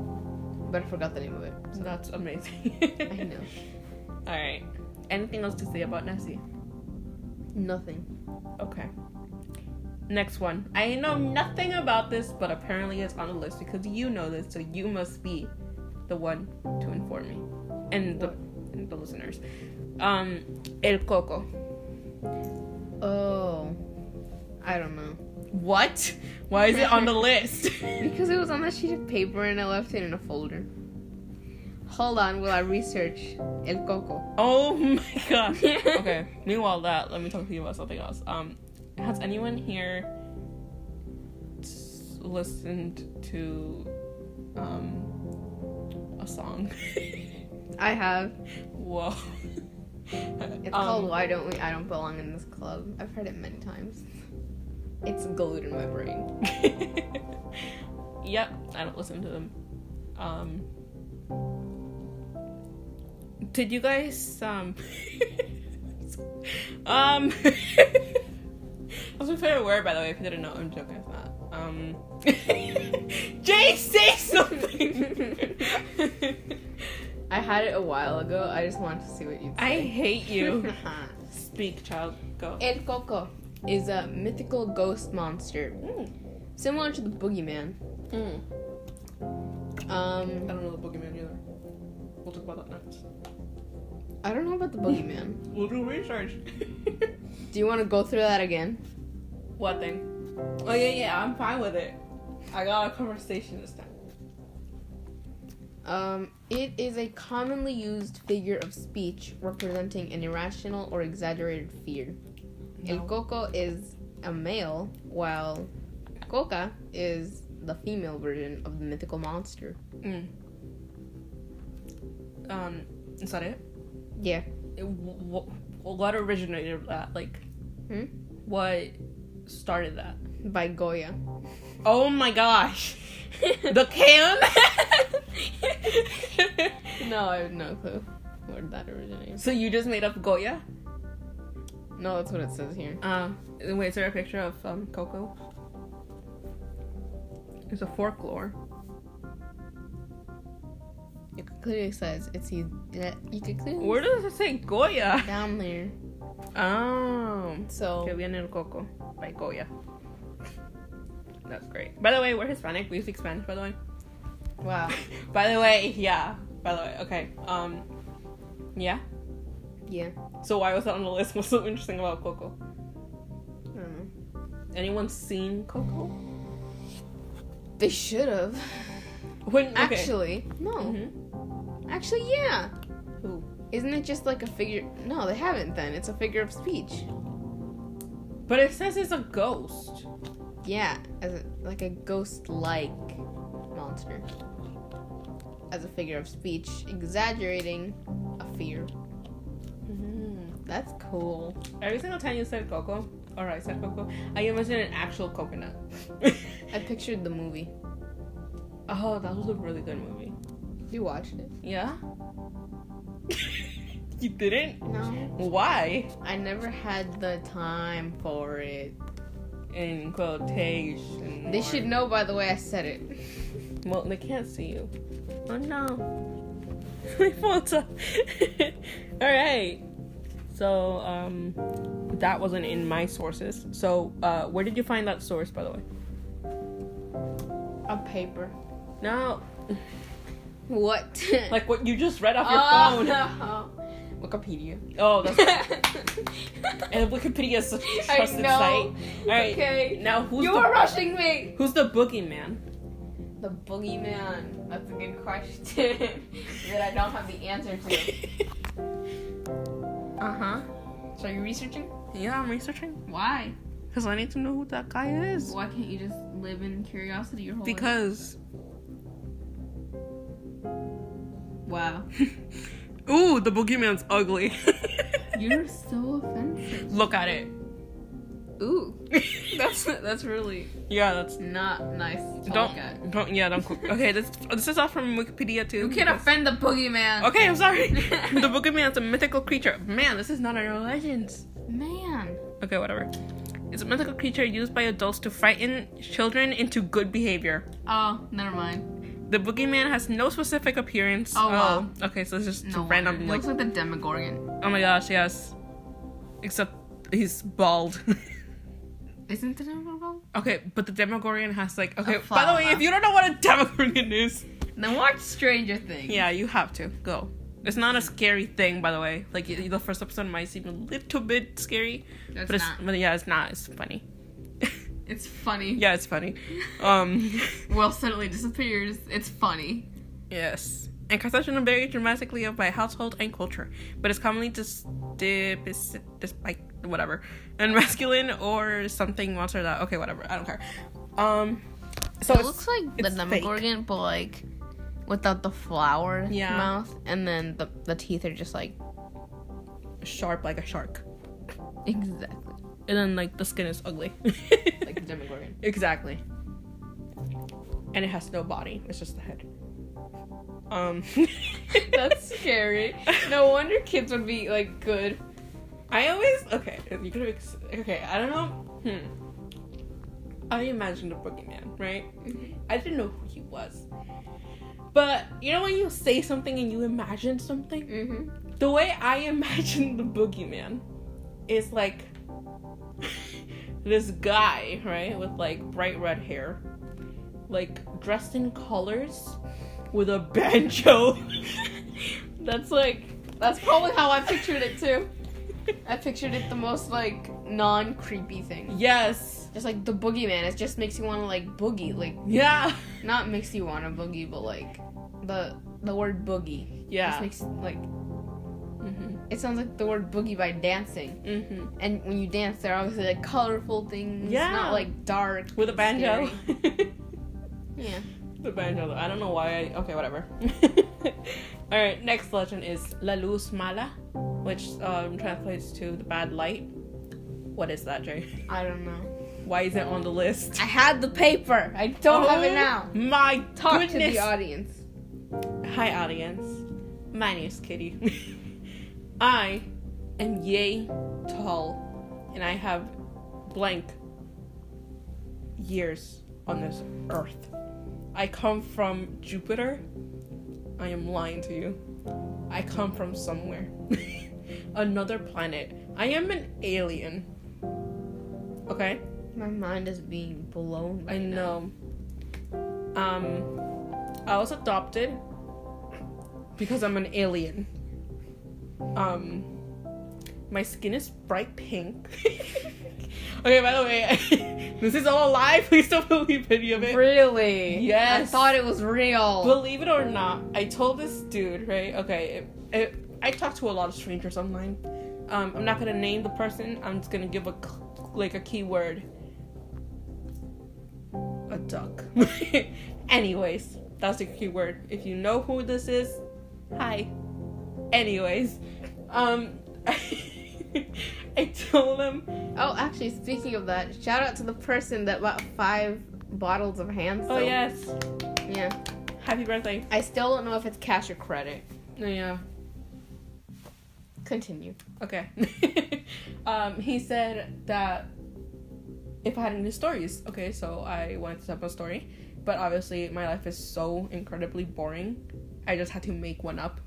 Speaker 1: but I forgot the name of it.
Speaker 3: that's amazing
Speaker 1: I know.
Speaker 3: All right. Anything else to say about Nessie?
Speaker 1: Nothing.
Speaker 3: Okay. Next one. I know nothing about this, but apparently it's on the list because you know this, so you must be the one to inform me and the, and the listeners. Um, El Coco.
Speaker 1: Oh. I don't know.
Speaker 3: What? Why is it on the list?
Speaker 1: Because it was on that sheet of paper and I left it in a folder. Hold on while I research El Coco.
Speaker 3: oh my god. Okay. Meanwhile, that let me talk to you about something else. Um, has anyone here s- listened to um a song?
Speaker 1: I have.
Speaker 3: Whoa.
Speaker 1: It's
Speaker 3: Um,
Speaker 1: called Why Don't We I Don't Belong in This Club. I've heard it many times. It's glued in my brain.
Speaker 3: yep, I don't listen to them. Um, did you guys um um That's my favorite word by the way, if you didn't know, I'm joking, it's not. Um Jay say something
Speaker 1: I had it a while ago. I just wanted to see what you'd
Speaker 3: I
Speaker 1: say.
Speaker 3: hate you. Speak child, go.
Speaker 1: El Coco is a mythical ghost monster
Speaker 3: Mm.
Speaker 1: similar to the boogeyman.
Speaker 3: Mm. I
Speaker 1: Um,
Speaker 3: don't know the Pokemon either. We'll talk about that next.
Speaker 1: I don't know about the boogeyman.
Speaker 3: We'll do research.
Speaker 1: Do you want to go through that again?
Speaker 3: what thing? Oh yeah, yeah, I'm fine with it. I got a conversation this time.
Speaker 1: Um, it is a commonly used figure of speech representing an irrational or exaggerated fear. El coco is a male, while coca is the female version of the mythical monster.
Speaker 3: Mm. Um, is that it?
Speaker 1: Yeah.
Speaker 3: it wh- wh- what originated that? Like,
Speaker 1: Hmm?
Speaker 3: what started that?
Speaker 1: By Goya.
Speaker 3: Oh my gosh, the cam.
Speaker 1: no, I have no clue where that originated.
Speaker 3: so you just made up Goya?
Speaker 1: No, that's what it says here.
Speaker 3: Uh, wait, is there a picture of um, Coco? It's a folklore.
Speaker 1: It clearly says it's you. Yeah, you could clearly
Speaker 3: Where does it say Goya?
Speaker 1: down there.
Speaker 3: Oh.
Speaker 1: So
Speaker 3: Que viene el coco by Goya. That's great. By the way, we're Hispanic. We speak Spanish, by the way.
Speaker 1: wow.
Speaker 3: By the way, yeah. By the way, okay. Um, yeah.
Speaker 1: Yeah.
Speaker 3: So why was that on the list? What's so interesting about Coco?
Speaker 1: I don't know.
Speaker 3: Anyone seen Coco?
Speaker 1: They should have.
Speaker 3: When okay.
Speaker 1: Actually, no.
Speaker 3: Mhm.
Speaker 1: Actually, yeah.
Speaker 3: Who?
Speaker 1: Isn't it just like a figure? No, they haven't. Then it's a figure of speech.
Speaker 3: But it says it's a ghost.
Speaker 1: Yeah, as a, like a ghost-like monster, as a figure of speech, exaggerating a fear. That's cool.
Speaker 3: Every single time you said Coco, or I said Coco, I imagined an actual coconut.
Speaker 1: I pictured the movie.
Speaker 3: oh, that was a really good movie.
Speaker 1: You watched it?
Speaker 3: Yeah? you didn't?
Speaker 1: No.
Speaker 3: Why?
Speaker 1: I never had the time for it.
Speaker 3: In quotation.
Speaker 1: They should know by the way I said it.
Speaker 3: Well, they can't see you. Oh no. My phone's up. Alright. So, um, that wasn't in my sources. So, uh, where did you find that source, by the way?
Speaker 1: A paper.
Speaker 3: No,
Speaker 1: What?
Speaker 3: like what you just read off your
Speaker 1: oh,
Speaker 3: phone.
Speaker 1: no. Wikipedia.
Speaker 3: Oh, that's and Wikipedia is such a
Speaker 1: I
Speaker 3: trusted
Speaker 1: know.
Speaker 3: site. All right,
Speaker 1: Okay.
Speaker 3: now who's
Speaker 1: You
Speaker 3: the
Speaker 1: were rushing me.
Speaker 3: who's the boogeyman?
Speaker 1: The boogeyman. That's a good question that I don't have the answer to.
Speaker 3: uh huh.
Speaker 1: So are you researching?
Speaker 3: Yeah, I'm researching
Speaker 1: Why?
Speaker 3: because I need to know who that guy is.
Speaker 1: Why can't you just live in curiosity your whole
Speaker 3: Because
Speaker 1: life? Wow.
Speaker 3: ooh, the boogeyman's ugly.
Speaker 1: You're so offensive.
Speaker 3: Look at it.
Speaker 1: Ooh. That's that's really
Speaker 3: yeah, that's
Speaker 1: not nice. To
Speaker 3: don't
Speaker 1: look at.
Speaker 3: don't yeah don't. cook- Okay, this this is all from Wikipedia too.
Speaker 1: You can't offend the boogeyman.
Speaker 3: Okay, I'm sorry. the boogeyman's a mythical creature. Man, this is not our legends.
Speaker 1: Man.
Speaker 3: Okay, whatever. It's a mythical creature used by adults to frighten children into good behavior.
Speaker 1: Oh, never mind.
Speaker 3: The boogeyman has no specific appearance.
Speaker 1: Oh, wow.
Speaker 3: okay, so it's just
Speaker 1: No. wonder.
Speaker 3: random.
Speaker 1: He
Speaker 3: Like,
Speaker 1: looks like the Demogorgon.
Speaker 3: oh my gosh, yes. Except he's bald.
Speaker 1: Isn't the Demogorgon?
Speaker 3: okay, but the Demogorgon has like. Okay, by the
Speaker 1: flower.
Speaker 3: way, if you don't know what a Demogorgon is,
Speaker 1: Then watch Stranger Things.
Speaker 3: yeah, you have to go. It's not a scary thing, by the way. Like y- the first episode might seem a little bit scary,
Speaker 1: That's
Speaker 3: but it's
Speaker 1: not.
Speaker 3: but yeah, it's not. It's funny.
Speaker 1: It's funny.
Speaker 3: yeah, it's funny. Um.
Speaker 1: Will suddenly disappears. It's funny.
Speaker 3: Yes. And consumption varies dramatically of by household and culture, but is commonly dis- dis- dis- dis- like whatever, and masculine or something monster that okay whatever I don't care. Um, so
Speaker 1: It
Speaker 3: it's-
Speaker 1: looks like the
Speaker 3: it's fake.
Speaker 1: Demogorgon, but like without the flower
Speaker 3: Yeah.
Speaker 1: mouth, and then the the teeth are just like
Speaker 3: sharp like a shark,
Speaker 1: exactly
Speaker 3: and then like the skin is ugly.
Speaker 1: like the Demogorgon.
Speaker 3: exactly. And it has no body; it's just the head. Um,
Speaker 1: That's scary. No wonder kids would be like good.
Speaker 3: I always okay. You could ex- okay. I don't know. Hmm. I imagined a boogeyman, right? I didn't know who he was, but you know when you say something and you imagine something.
Speaker 1: Mm-hmm.
Speaker 3: The way I imagine the boogeyman is like this guy, right, with like bright red hair, like dressed in colors, with a banjo.
Speaker 1: That's like that's probably how I pictured it too. I pictured it the most like non creepy thing.
Speaker 3: yes.
Speaker 1: Just like the boogeyman, it just makes you want to like boogie, like
Speaker 3: Yeah.
Speaker 1: not makes you want to boogie, but like the the word boogie just
Speaker 3: Yeah.
Speaker 1: makes like
Speaker 3: Mm-hmm.
Speaker 1: it sounds like the word boogie by dancing.
Speaker 3: Mm-hmm.
Speaker 1: And when you dance, they're obviously like colorful things,
Speaker 3: Yeah.
Speaker 1: not like dark.
Speaker 3: With a banjo.
Speaker 1: scary. Yeah.
Speaker 3: the banjo. though. I don't know why. I, okay, whatever. All right. Next legend is La Luz Mala, which um, translates to the bad light. What is that, Jay?
Speaker 1: I don't know.
Speaker 3: Why is it on the list?
Speaker 1: I had the paper. I don't have it
Speaker 3: Oh
Speaker 1: now.
Speaker 3: My
Speaker 1: Talk to
Speaker 3: goodness.
Speaker 1: the audience.
Speaker 3: Hi, audience. My name's Kitty. I am yay tall and I have blank years on this earth. I come from Jupiter. I am lying to you. I come from somewhere. Another planet. I am an alien. Okay?
Speaker 1: My mind is being blown.
Speaker 3: I know. Um, I was adopted because I'm an alien. Um, my skin is bright pink. okay, by the way, this is all a lie. Please don't believe any of it.
Speaker 1: Really?
Speaker 3: Yes.
Speaker 1: I thought it was real.
Speaker 3: Believe it or not, I told this dude, right? Okay, it, it, I talk to a lot of strangers online. Um, I'm not gonna name the person. I'm just gonna give a cl- like a keyword. A duck. Anyways, that's the keyword. If you know who this is, hi. Anyways, um, I told him
Speaker 1: oh, actually, speaking of that, shout out to the person that bought five bottles of hand soap.
Speaker 3: Oh yes.
Speaker 1: Yeah.
Speaker 3: Happy birthday.
Speaker 1: I still don't know if it's cash or credit.
Speaker 3: Oh yeah.
Speaker 1: Continue.
Speaker 3: Okay. um, he said that if I had any stories, okay, so I wanted to tell a story, but obviously my life is so incredibly boring. I just had to make one up.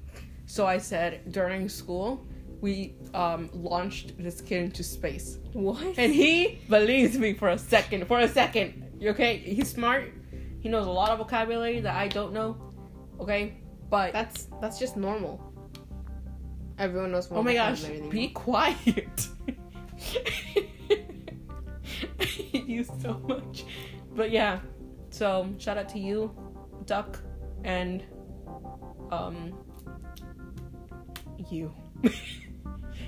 Speaker 3: So I said during school we um, launched this kid into space,
Speaker 1: What?
Speaker 3: and he believes me for a second. For a second, You okay. He's smart. He knows a lot of vocabulary that I don't know. Okay, but
Speaker 1: That's that's just normal. Everyone knows.
Speaker 3: Oh my gosh, be
Speaker 1: Be-
Speaker 3: quiet. I hate you so much. But yeah, so um, shout out to you, Duck, and um you.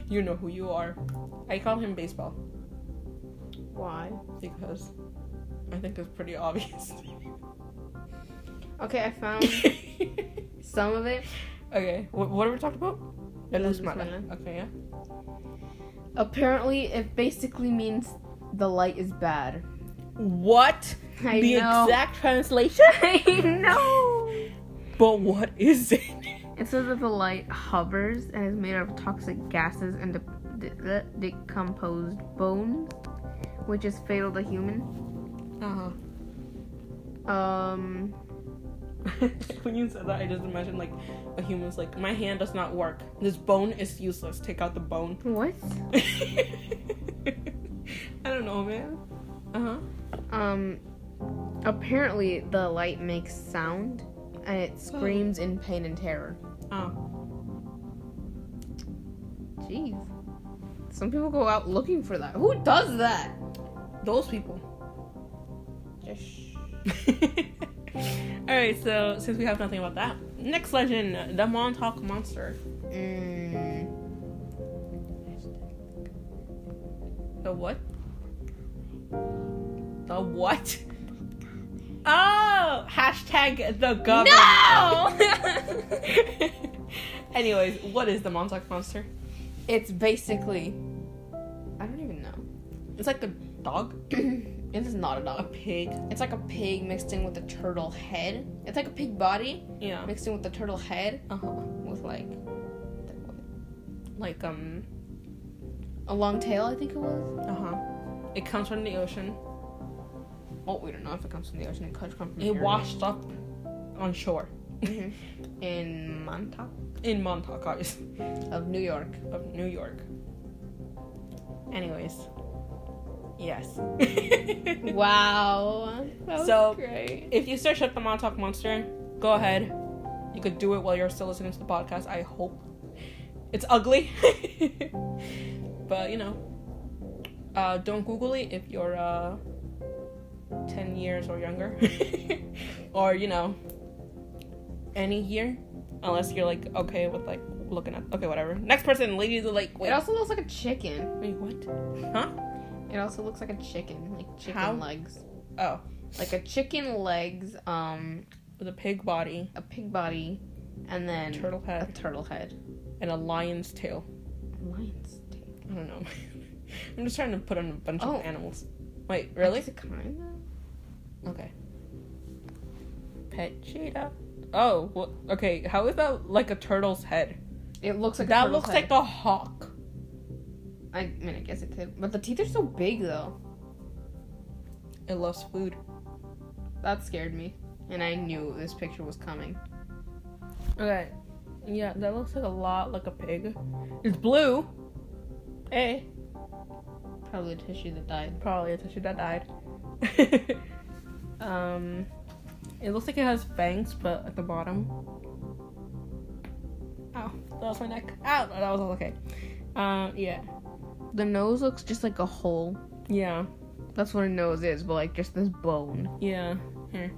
Speaker 3: you know who you are. I call him baseball
Speaker 1: Why?
Speaker 3: because I think it's pretty obvious.
Speaker 1: Okay, I found
Speaker 3: okay,
Speaker 1: some of it.
Speaker 3: what, what are we talking about? La
Speaker 1: La
Speaker 3: luz
Speaker 1: luz
Speaker 3: mala.
Speaker 1: mala.
Speaker 3: Okay, yeah.
Speaker 1: Apparently, it basically means the light is bad.
Speaker 3: What?
Speaker 1: I
Speaker 3: the
Speaker 1: know.
Speaker 3: exact translation?
Speaker 1: I know.
Speaker 3: But what is it?
Speaker 1: It says that the light hovers and is made of toxic gases and de- de- decomposed bones, which is fatal to human.
Speaker 3: Uh-huh.
Speaker 1: Um,
Speaker 3: when you said that, I just imagined like a human's like, my hand does not work. This bone is useless. Take out the bone.
Speaker 1: what?
Speaker 3: I don't know, man. Uh huh.
Speaker 1: Um, apparently the light makes sound and it screams in pain and terror.
Speaker 3: Oh,
Speaker 1: Jeez. Some people go out looking for that. Who does that?
Speaker 3: those people.
Speaker 1: Just
Speaker 3: All right. So since we have nothing about that, next legend: the Montauk Monster.
Speaker 1: mm,
Speaker 3: The what? The what? Oh, hashtag the government. Anyways, what is the Montauk Monster?
Speaker 1: it's basically. I don't even know.
Speaker 3: It's like a dog,
Speaker 1: it is not a
Speaker 3: a
Speaker 1: dog.
Speaker 3: pig.
Speaker 1: It's like a pig mixed in with a turtle head. It's like a pig body
Speaker 3: Yeah.
Speaker 1: mixed in with the turtle head
Speaker 3: Uh huh.
Speaker 1: with like
Speaker 3: Like um.
Speaker 1: a long tail, I think it was.
Speaker 3: Uh huh. It comes from the ocean.
Speaker 1: Oh, we don't know if it comes from the ocean. It could come from
Speaker 3: It
Speaker 1: air.
Speaker 3: washed up on shore
Speaker 1: Mhm. in Montauk
Speaker 3: in Montauk, obviously,
Speaker 1: of New York.
Speaker 3: of New York. Anyways. Yes.
Speaker 1: Wow. That was
Speaker 3: So-
Speaker 1: great.
Speaker 3: if you search up the Montauk Monster, go ahead. You could do it while you're still listening to the podcast. I hope it's ugly, but you know, uh, don't Google it if you're uh, ten years or younger, or you know, any year, unless you're like okay with like looking at okay whatever. Next person, lady of the lake. Wait,
Speaker 1: It also looks like a chicken.
Speaker 3: wait, what? Huh?
Speaker 1: It also looks like a chicken, like chicken
Speaker 3: How?
Speaker 1: legs,
Speaker 3: Oh,
Speaker 1: like a chicken legs, um,
Speaker 3: with a pig body,
Speaker 1: a pig body, and then
Speaker 3: turtle
Speaker 1: a
Speaker 3: head,
Speaker 1: turtle head.
Speaker 3: and a lion's tail.
Speaker 1: Lion's tail.
Speaker 3: I don't know. I'm just trying to put in a bunch
Speaker 1: Oh.
Speaker 3: of animals. Wait, really?
Speaker 1: Is it kind of?
Speaker 3: Okay. Pet cheetah. Oh, well, okay. How is that like a turtle's head?
Speaker 1: It looks like a
Speaker 3: that
Speaker 1: turtle
Speaker 3: looks
Speaker 1: head.
Speaker 3: like a hawk.
Speaker 1: I mean, I guess it could. But the teeth are so big, though.
Speaker 3: It loves food.
Speaker 1: That scared me. And I knew this picture was coming.
Speaker 3: Okay. Yeah, that looks like a lot like a pig. Eh. It's blue. Hey,
Speaker 1: Probably a tissue that died.
Speaker 3: probably a tissue that died. um, it looks like it has fangs, but at the bottom. Ow, that was my neck. Ow, that was all okay. Um, yeah,
Speaker 1: The nose looks just like a hole.
Speaker 3: yeah,
Speaker 1: That's what a nose is, but like just this bone.
Speaker 3: yeah. Here.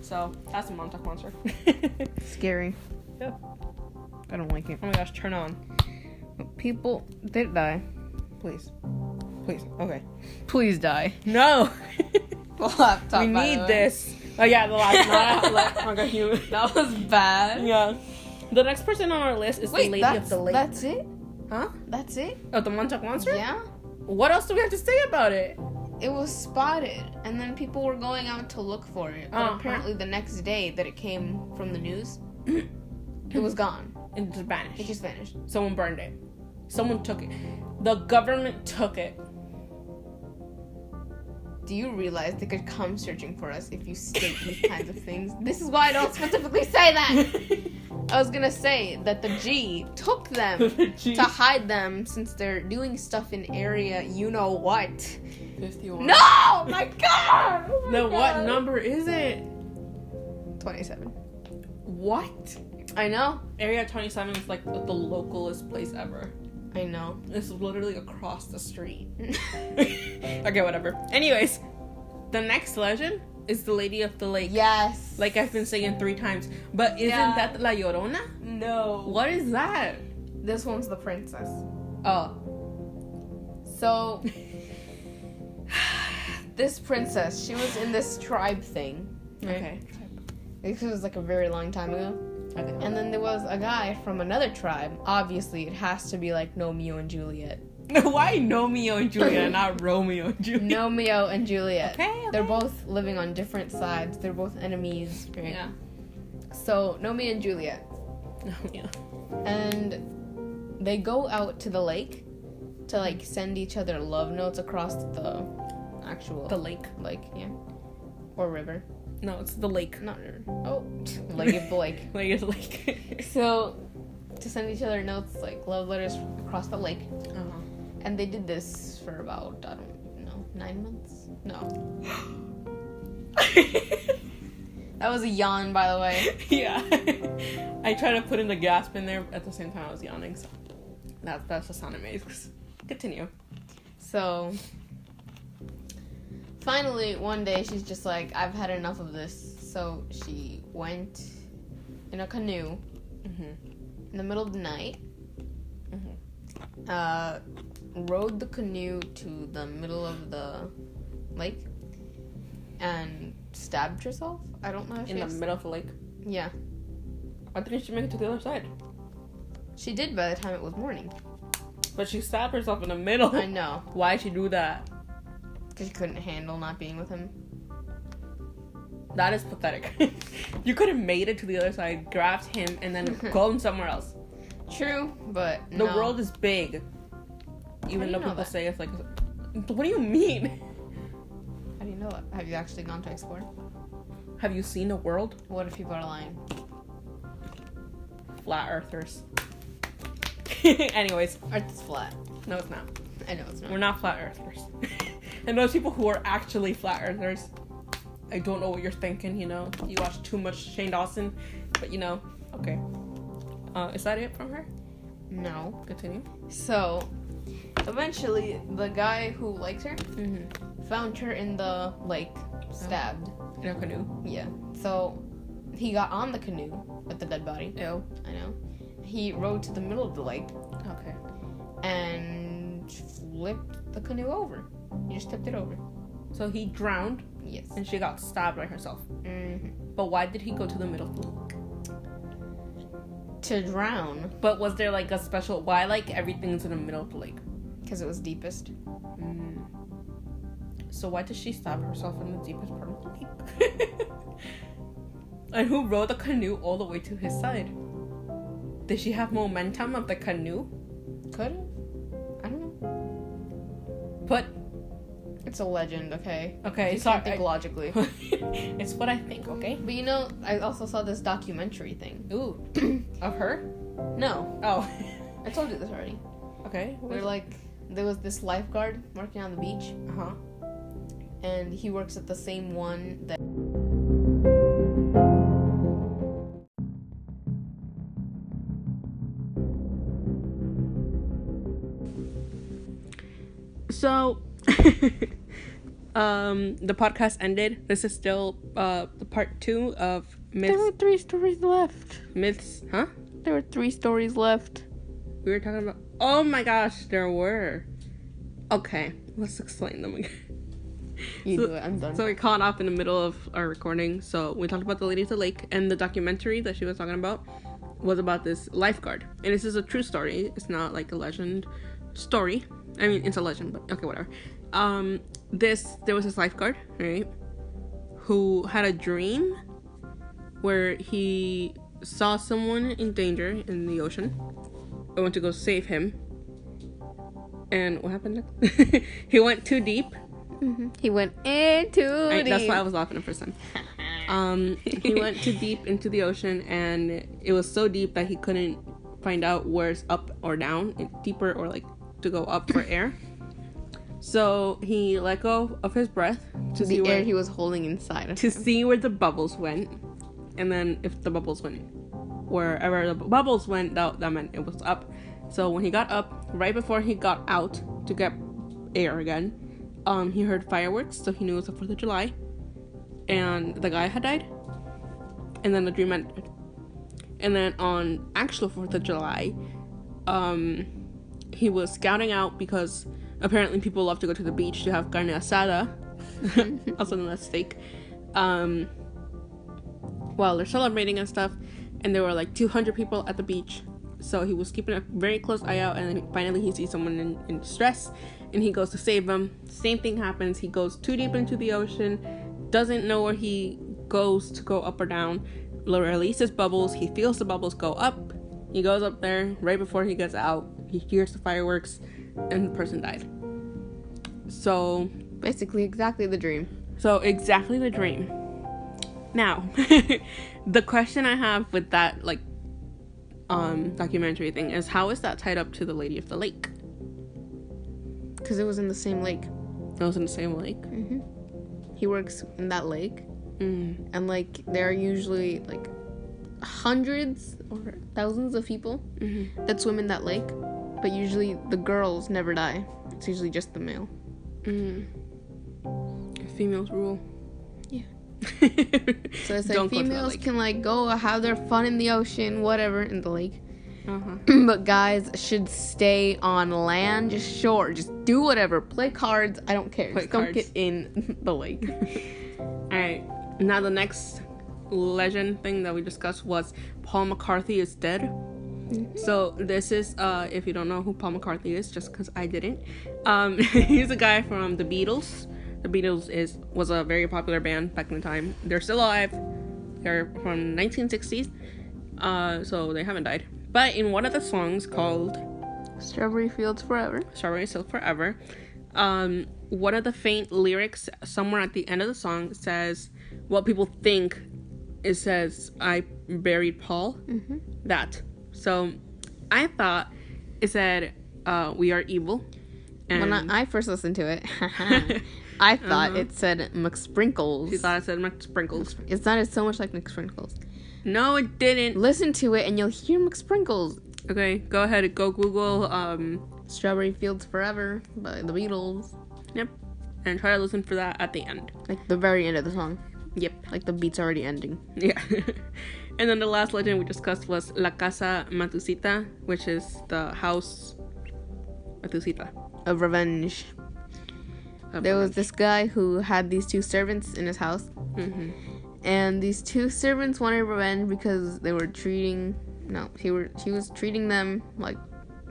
Speaker 3: So that's a Montauk monster. Oh
Speaker 1: Scary.
Speaker 3: Yeah.
Speaker 1: I don't like it.
Speaker 3: oh my gosh, turn on.
Speaker 1: People did die.
Speaker 3: Please. Please. Okay.
Speaker 1: Please die.
Speaker 3: No!
Speaker 1: The laptop.
Speaker 3: we
Speaker 1: by the
Speaker 3: need
Speaker 1: way.
Speaker 3: this. Oh, yeah, the last one. oh my gosh, you.
Speaker 1: That was bad.
Speaker 3: Yeah. The next person on our list is
Speaker 1: Wait,
Speaker 3: the lady
Speaker 1: that's,
Speaker 3: of the lake.
Speaker 1: that's it?
Speaker 3: Huh?
Speaker 1: That's it?
Speaker 3: Oh, the Montauk Monster?
Speaker 1: Yeah.
Speaker 3: What else do we have to say about it?
Speaker 1: It was spotted, and then people were going out to look for it. But
Speaker 3: Uh-huh.
Speaker 1: apparently, the next day that it came from the news, it was gone.
Speaker 3: It just vanished.
Speaker 1: It just vanished.
Speaker 3: Someone burned it. Someone took it. The government took it.
Speaker 1: Do you realize they could come searching for us if you state these kinds of things? This is why I don't specifically say that. I was gonna say that the G took them to hide them since they're doing stuff in area you know what.
Speaker 3: 51.
Speaker 1: No, Oh my God. Oh my
Speaker 3: No, what
Speaker 1: God!
Speaker 3: number is it?
Speaker 1: Twenty-seven.
Speaker 3: What?
Speaker 1: I know.
Speaker 3: Area 27 is like the localest place ever.
Speaker 1: I know.
Speaker 3: It's literally across the street. okay, whatever. Anyways, the next legend is the Lady of the Lake.
Speaker 1: yes.
Speaker 3: Like I've been saying three times. But isn't
Speaker 1: Yeah.
Speaker 3: that La Llorona?
Speaker 1: no.
Speaker 3: What is that?
Speaker 1: This one's the princess.
Speaker 3: Oh.
Speaker 1: So this princess, she was in this tribe thing.
Speaker 3: Okay.
Speaker 1: This was like a very long time ago.
Speaker 3: Okay.
Speaker 1: And then there was a guy from another tribe. Obviously, it has to be like Romeo and Juliet.
Speaker 3: Why Romeo and Juliet, not Romeo and Juliet?
Speaker 1: Romeo and Juliet.
Speaker 3: Okay, okay.
Speaker 1: They're both living on different sides. They're both enemies. Right?
Speaker 3: Yeah.
Speaker 1: So, Romeo and Juliet.
Speaker 3: Romeo.
Speaker 1: And they go out to the lake to like send each other love notes across the actual
Speaker 3: The lake.
Speaker 1: lake, yeah. Or river.
Speaker 3: No, it's the lake.
Speaker 1: Not river. Oh, lake of the lake.
Speaker 3: Like it's like.
Speaker 1: So, to send each other notes, like love letters across the lake.
Speaker 3: uh-huh.
Speaker 1: And they did this for about, I don't know, nine months? No. That was a yawn, by the way.
Speaker 3: yeah. I tried to put in the gasp in there at the same time I was yawning, so that, that's the sound it makes. Continue.
Speaker 1: So, finally, one day she's just like, I've had enough of this. So, she went in a canoe
Speaker 3: Mm-hmm.
Speaker 1: in the middle of the night,
Speaker 3: Mhm.
Speaker 1: uh, rode the canoe to the middle of the lake, and stabbed herself. I don't know if
Speaker 3: In
Speaker 1: she
Speaker 3: the
Speaker 1: was-
Speaker 3: middle of the lake.
Speaker 1: Yeah,
Speaker 3: I think she should make it to the other side.
Speaker 1: she did by the time it was morning.
Speaker 3: But she stabbed herself in the middle.
Speaker 1: I know,
Speaker 3: Why'd she do that?
Speaker 1: because she couldn't handle not being with him.
Speaker 3: That is pathetic. you could have made it to the other side, grabbed him, and then gone somewhere else.
Speaker 1: True, but
Speaker 3: The
Speaker 1: no.
Speaker 3: world is big.
Speaker 1: do
Speaker 3: Even
Speaker 1: you
Speaker 3: though
Speaker 1: know
Speaker 3: people
Speaker 1: that?
Speaker 3: say it's like, what do you mean?
Speaker 1: How do you know that? Have you actually gone to explore?
Speaker 3: Have you seen the world?
Speaker 1: What if people are lying?
Speaker 3: Flat earthers. Anyways,
Speaker 1: Earth's flat.
Speaker 3: no, it's not.
Speaker 1: I know it's not.
Speaker 3: We're not flat earthers. and those people who are actually flat earthers, I don't know what you're thinking, you know? You watch too much Shane Dawson, but you know, okay. Uh, is that it from her?
Speaker 1: No.
Speaker 3: Continue.
Speaker 1: So, eventually, the guy who liked her
Speaker 3: Mm-hmm.
Speaker 1: found her in the lake, stabbed.
Speaker 3: In a canoe.
Speaker 1: Yeah. So, he got on the canoe with the dead body.
Speaker 3: Ew.
Speaker 1: I know. He rowed to the middle of the lake
Speaker 3: Okay.
Speaker 1: and flipped the canoe over. He just tipped it over.
Speaker 3: So he drowned
Speaker 1: Yes.
Speaker 3: and she got stabbed by herself.
Speaker 1: Mhm.
Speaker 3: But why did he go to the middle of the lake?
Speaker 1: To drown,
Speaker 3: But was there like a special why like everything's in the middle of the lake?
Speaker 1: because it was deepest.
Speaker 3: So why did she stab herself in the deepest part of the lake? and who rowed the canoe all the way to his side? Did she have momentum of the canoe?
Speaker 1: Could have? I don't know.
Speaker 3: But
Speaker 1: It's a legend, okay?
Speaker 3: okay,
Speaker 1: You
Speaker 3: sorry.
Speaker 1: can't think
Speaker 3: I-
Speaker 1: logically.
Speaker 3: it's what I think. Okay.
Speaker 1: But you know, I also saw this documentary thing.
Speaker 3: Ooh, of her?
Speaker 1: No,
Speaker 3: Oh.
Speaker 1: I told you this already.
Speaker 3: okay.
Speaker 1: They're like, there was this lifeguard working on the beach,
Speaker 3: Uh huh.
Speaker 1: and he works at the same one that.
Speaker 3: So, um, the podcast ended. This is still uh the part two of
Speaker 4: There were
Speaker 3: myths.
Speaker 4: three stories left.
Speaker 3: myths, huh?
Speaker 4: There were three stories left.
Speaker 3: We were talking about. Oh my gosh, there were. Okay, let's explain them again.
Speaker 1: You
Speaker 3: So-
Speaker 1: do it. I'm done.
Speaker 3: So we caught up in the middle of our recording. So we talked about the lady at the lake, and the documentary that she was talking about was about this lifeguard. And this is a true story. It's not like a legend story. I mean, it's a legend, but okay, whatever. Um, this there was this lifeguard, right, who had a dream where he saw someone in danger in the ocean. I went to go save him. And what happened next? he went too deep
Speaker 4: He went into
Speaker 3: I- that's why I was laughing at first time. Um, he went too deep into the ocean, and it was so deep that he couldn't find out where's up or down, it- deeper or like to go up for air. So he let go of his breath to see
Speaker 1: the
Speaker 3: where
Speaker 1: air he was holding inside.
Speaker 3: to see where the bubbles went, and then if the bubbles went wherever the bu- bubbles went, that, that meant it was up. So when he got up, right before he got out to get air again, um, he heard fireworks, so he knew it was the Fourth of July, and the guy had died, and then the dream ended. And then on actual Fourth of July, um, he was scouting out because apparently people love to go to the beach to have carne asada, also known as steak. Um, while they're celebrating and stuff, and there were like 200 people at the beach. So he was keeping a very close eye out, and then finally he sees someone in, in distress, and he goes to save them. Same thing happens. He goes too deep into the ocean, doesn't know where he goes to go up or down. Releases bubbles. He feels the bubbles go up. He goes up there right before he gets out. He hears the fireworks, and the person died. So
Speaker 1: Basically, exactly the dream.
Speaker 3: so exactly the dream. Now, the question I have with that like um documentary thing is how is that tied up to the Lady of the Lake?
Speaker 1: Because it was in the same lake.
Speaker 3: That was in the same lake.
Speaker 1: He works in that lake,
Speaker 3: Mm.
Speaker 1: and like, there are usually like hundreds or thousands of people
Speaker 3: mm,
Speaker 1: that swim in that lake, but usually the girls never die. It's usually just the male.
Speaker 3: Mm. Females rule.
Speaker 1: Yeah.
Speaker 3: so
Speaker 1: So it's like females can like go have their fun in the ocean, whatever, in the lake.
Speaker 3: Uh-huh.
Speaker 1: but guys should stay on land, just shore, just do whatever, play cards. I don't care.
Speaker 3: Play
Speaker 1: Just don't
Speaker 3: cards.
Speaker 1: get in the lake.
Speaker 3: All right. Now the next legend thing that we discussed was Paul McCarthy is dead. So this is uh, if you don't know who Paul McCarthy is, just because I didn't. Um, he's a guy from the Beatles. The Beatles is was a very popular band back in the time. They're still alive. They're from 1960s, uh, so they haven't died. But in one of the songs called
Speaker 1: Strawberry fields forever.
Speaker 3: Strawberry Silk Forever. Um, one of the faint lyrics somewhere at the end of the song says, what people think, it says, I buried Paul. That. So I thought it said, uh, we are evil. And
Speaker 1: When I, I first listened to it, I thought it said McSprinkles.
Speaker 3: she thought it said McSprinkles.
Speaker 1: It sounded so much like McSprinkles.
Speaker 3: No, it didn't.
Speaker 1: Listen to it and you'll hear McSprinkles.
Speaker 3: Okay, go ahead. and Go Google. Um,
Speaker 1: Strawberry Fields Forever by the Beatles.
Speaker 3: yep. And try to listen for that at the end.
Speaker 1: Like the very end of the song.
Speaker 3: Yep.
Speaker 1: Like the beat's already ending.
Speaker 3: Yeah. and then the last legend we discussed was La Casa Matusita, which is the house Matusita.
Speaker 1: Of revenge.
Speaker 3: of
Speaker 1: There was this guy who had these two servants in his house. And these two servants wanted revenge because they were treating no, he were he was treating them like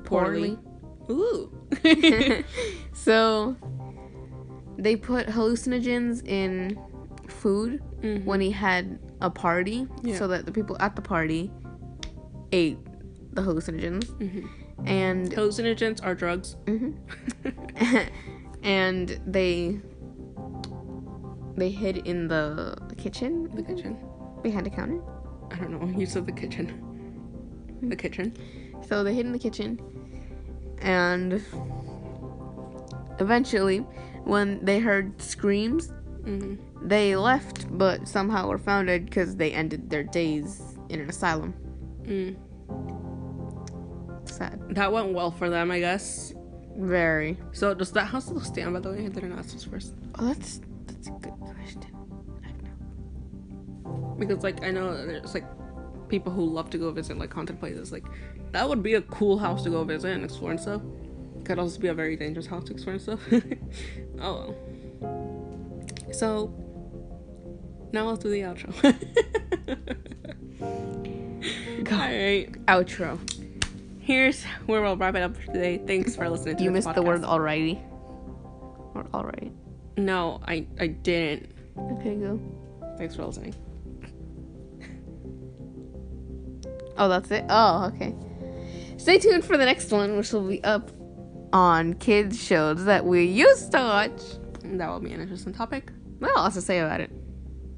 Speaker 1: poorly.
Speaker 3: Ooh. Mm-hmm.
Speaker 1: so they put hallucinogens in food when he had a party
Speaker 3: Yeah.
Speaker 1: so that the people at the party ate the hallucinogens. And
Speaker 3: Mm-hmm. Hallucinogens are drugs.
Speaker 1: and they they hid in the kitchen
Speaker 3: The kitchen.
Speaker 1: behind a counter.
Speaker 3: I don't know. You said the kitchen. The kitchen.
Speaker 1: So they hid in the kitchen, and eventually, when they heard screams,
Speaker 3: Mm-hmm.
Speaker 1: they left, but somehow were founded because they ended their days in an asylum.
Speaker 3: Mm.
Speaker 1: Sad.
Speaker 3: That went well for them, I guess.
Speaker 1: Very.
Speaker 3: So does that house still stand? By the way, I didn't ask this first
Speaker 1: Oh, that's that's a good question. I don't know.
Speaker 3: because, like, I know there's like people who love to go visit like haunted places. Like, that would be a cool house to go visit and explore and stuff. Could also be a very dangerous house to explore and stuff. oh. well. So now let's do the outro. All right.
Speaker 1: Outro.
Speaker 3: Here's where we'll wrap it up for today. Thanks for listening. To
Speaker 1: You
Speaker 3: this
Speaker 1: missed the word
Speaker 3: podcast.
Speaker 1: alrighty. Or alright.
Speaker 3: No, I I didn't.
Speaker 1: Okay, go.
Speaker 3: Thanks for listening.
Speaker 1: Oh, that's it? Oh, okay. Stay tuned for the next one, which will be up on kids' shows that we used to watch.
Speaker 3: That will be an interesting topic.
Speaker 1: What else to say about it?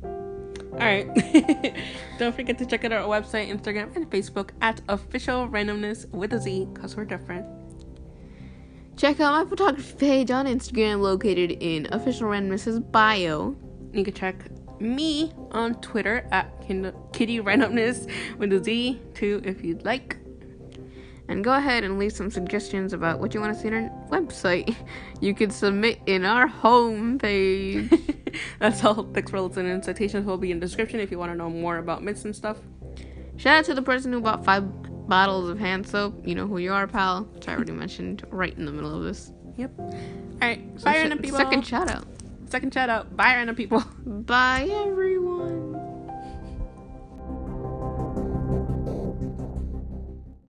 Speaker 3: All right. Don't forget to check out our website, Instagram, and Facebook at Official Randomness with a Z, cause we're different.
Speaker 1: Check out my photography page on Instagram, located in Official Randomness's bio.
Speaker 3: You can check me on Twitter at Kin- Kitty Randomness with a Z too, if you'd like.
Speaker 1: And go ahead and leave some suggestions about what you want to see on our website. You can submit in our homepage.
Speaker 3: That's all. Thanks for listening. Citations will be in the description if you want to know more about myths and stuff.
Speaker 1: Shout out to the person who bought five bottles of hand soap. You know who you are, pal. Which I already mentioned right in the middle of this.
Speaker 3: Yep. All right. Bye, random people.
Speaker 1: Second shout out.
Speaker 3: Second shout out. Bye, random people.
Speaker 1: Bye, everyone.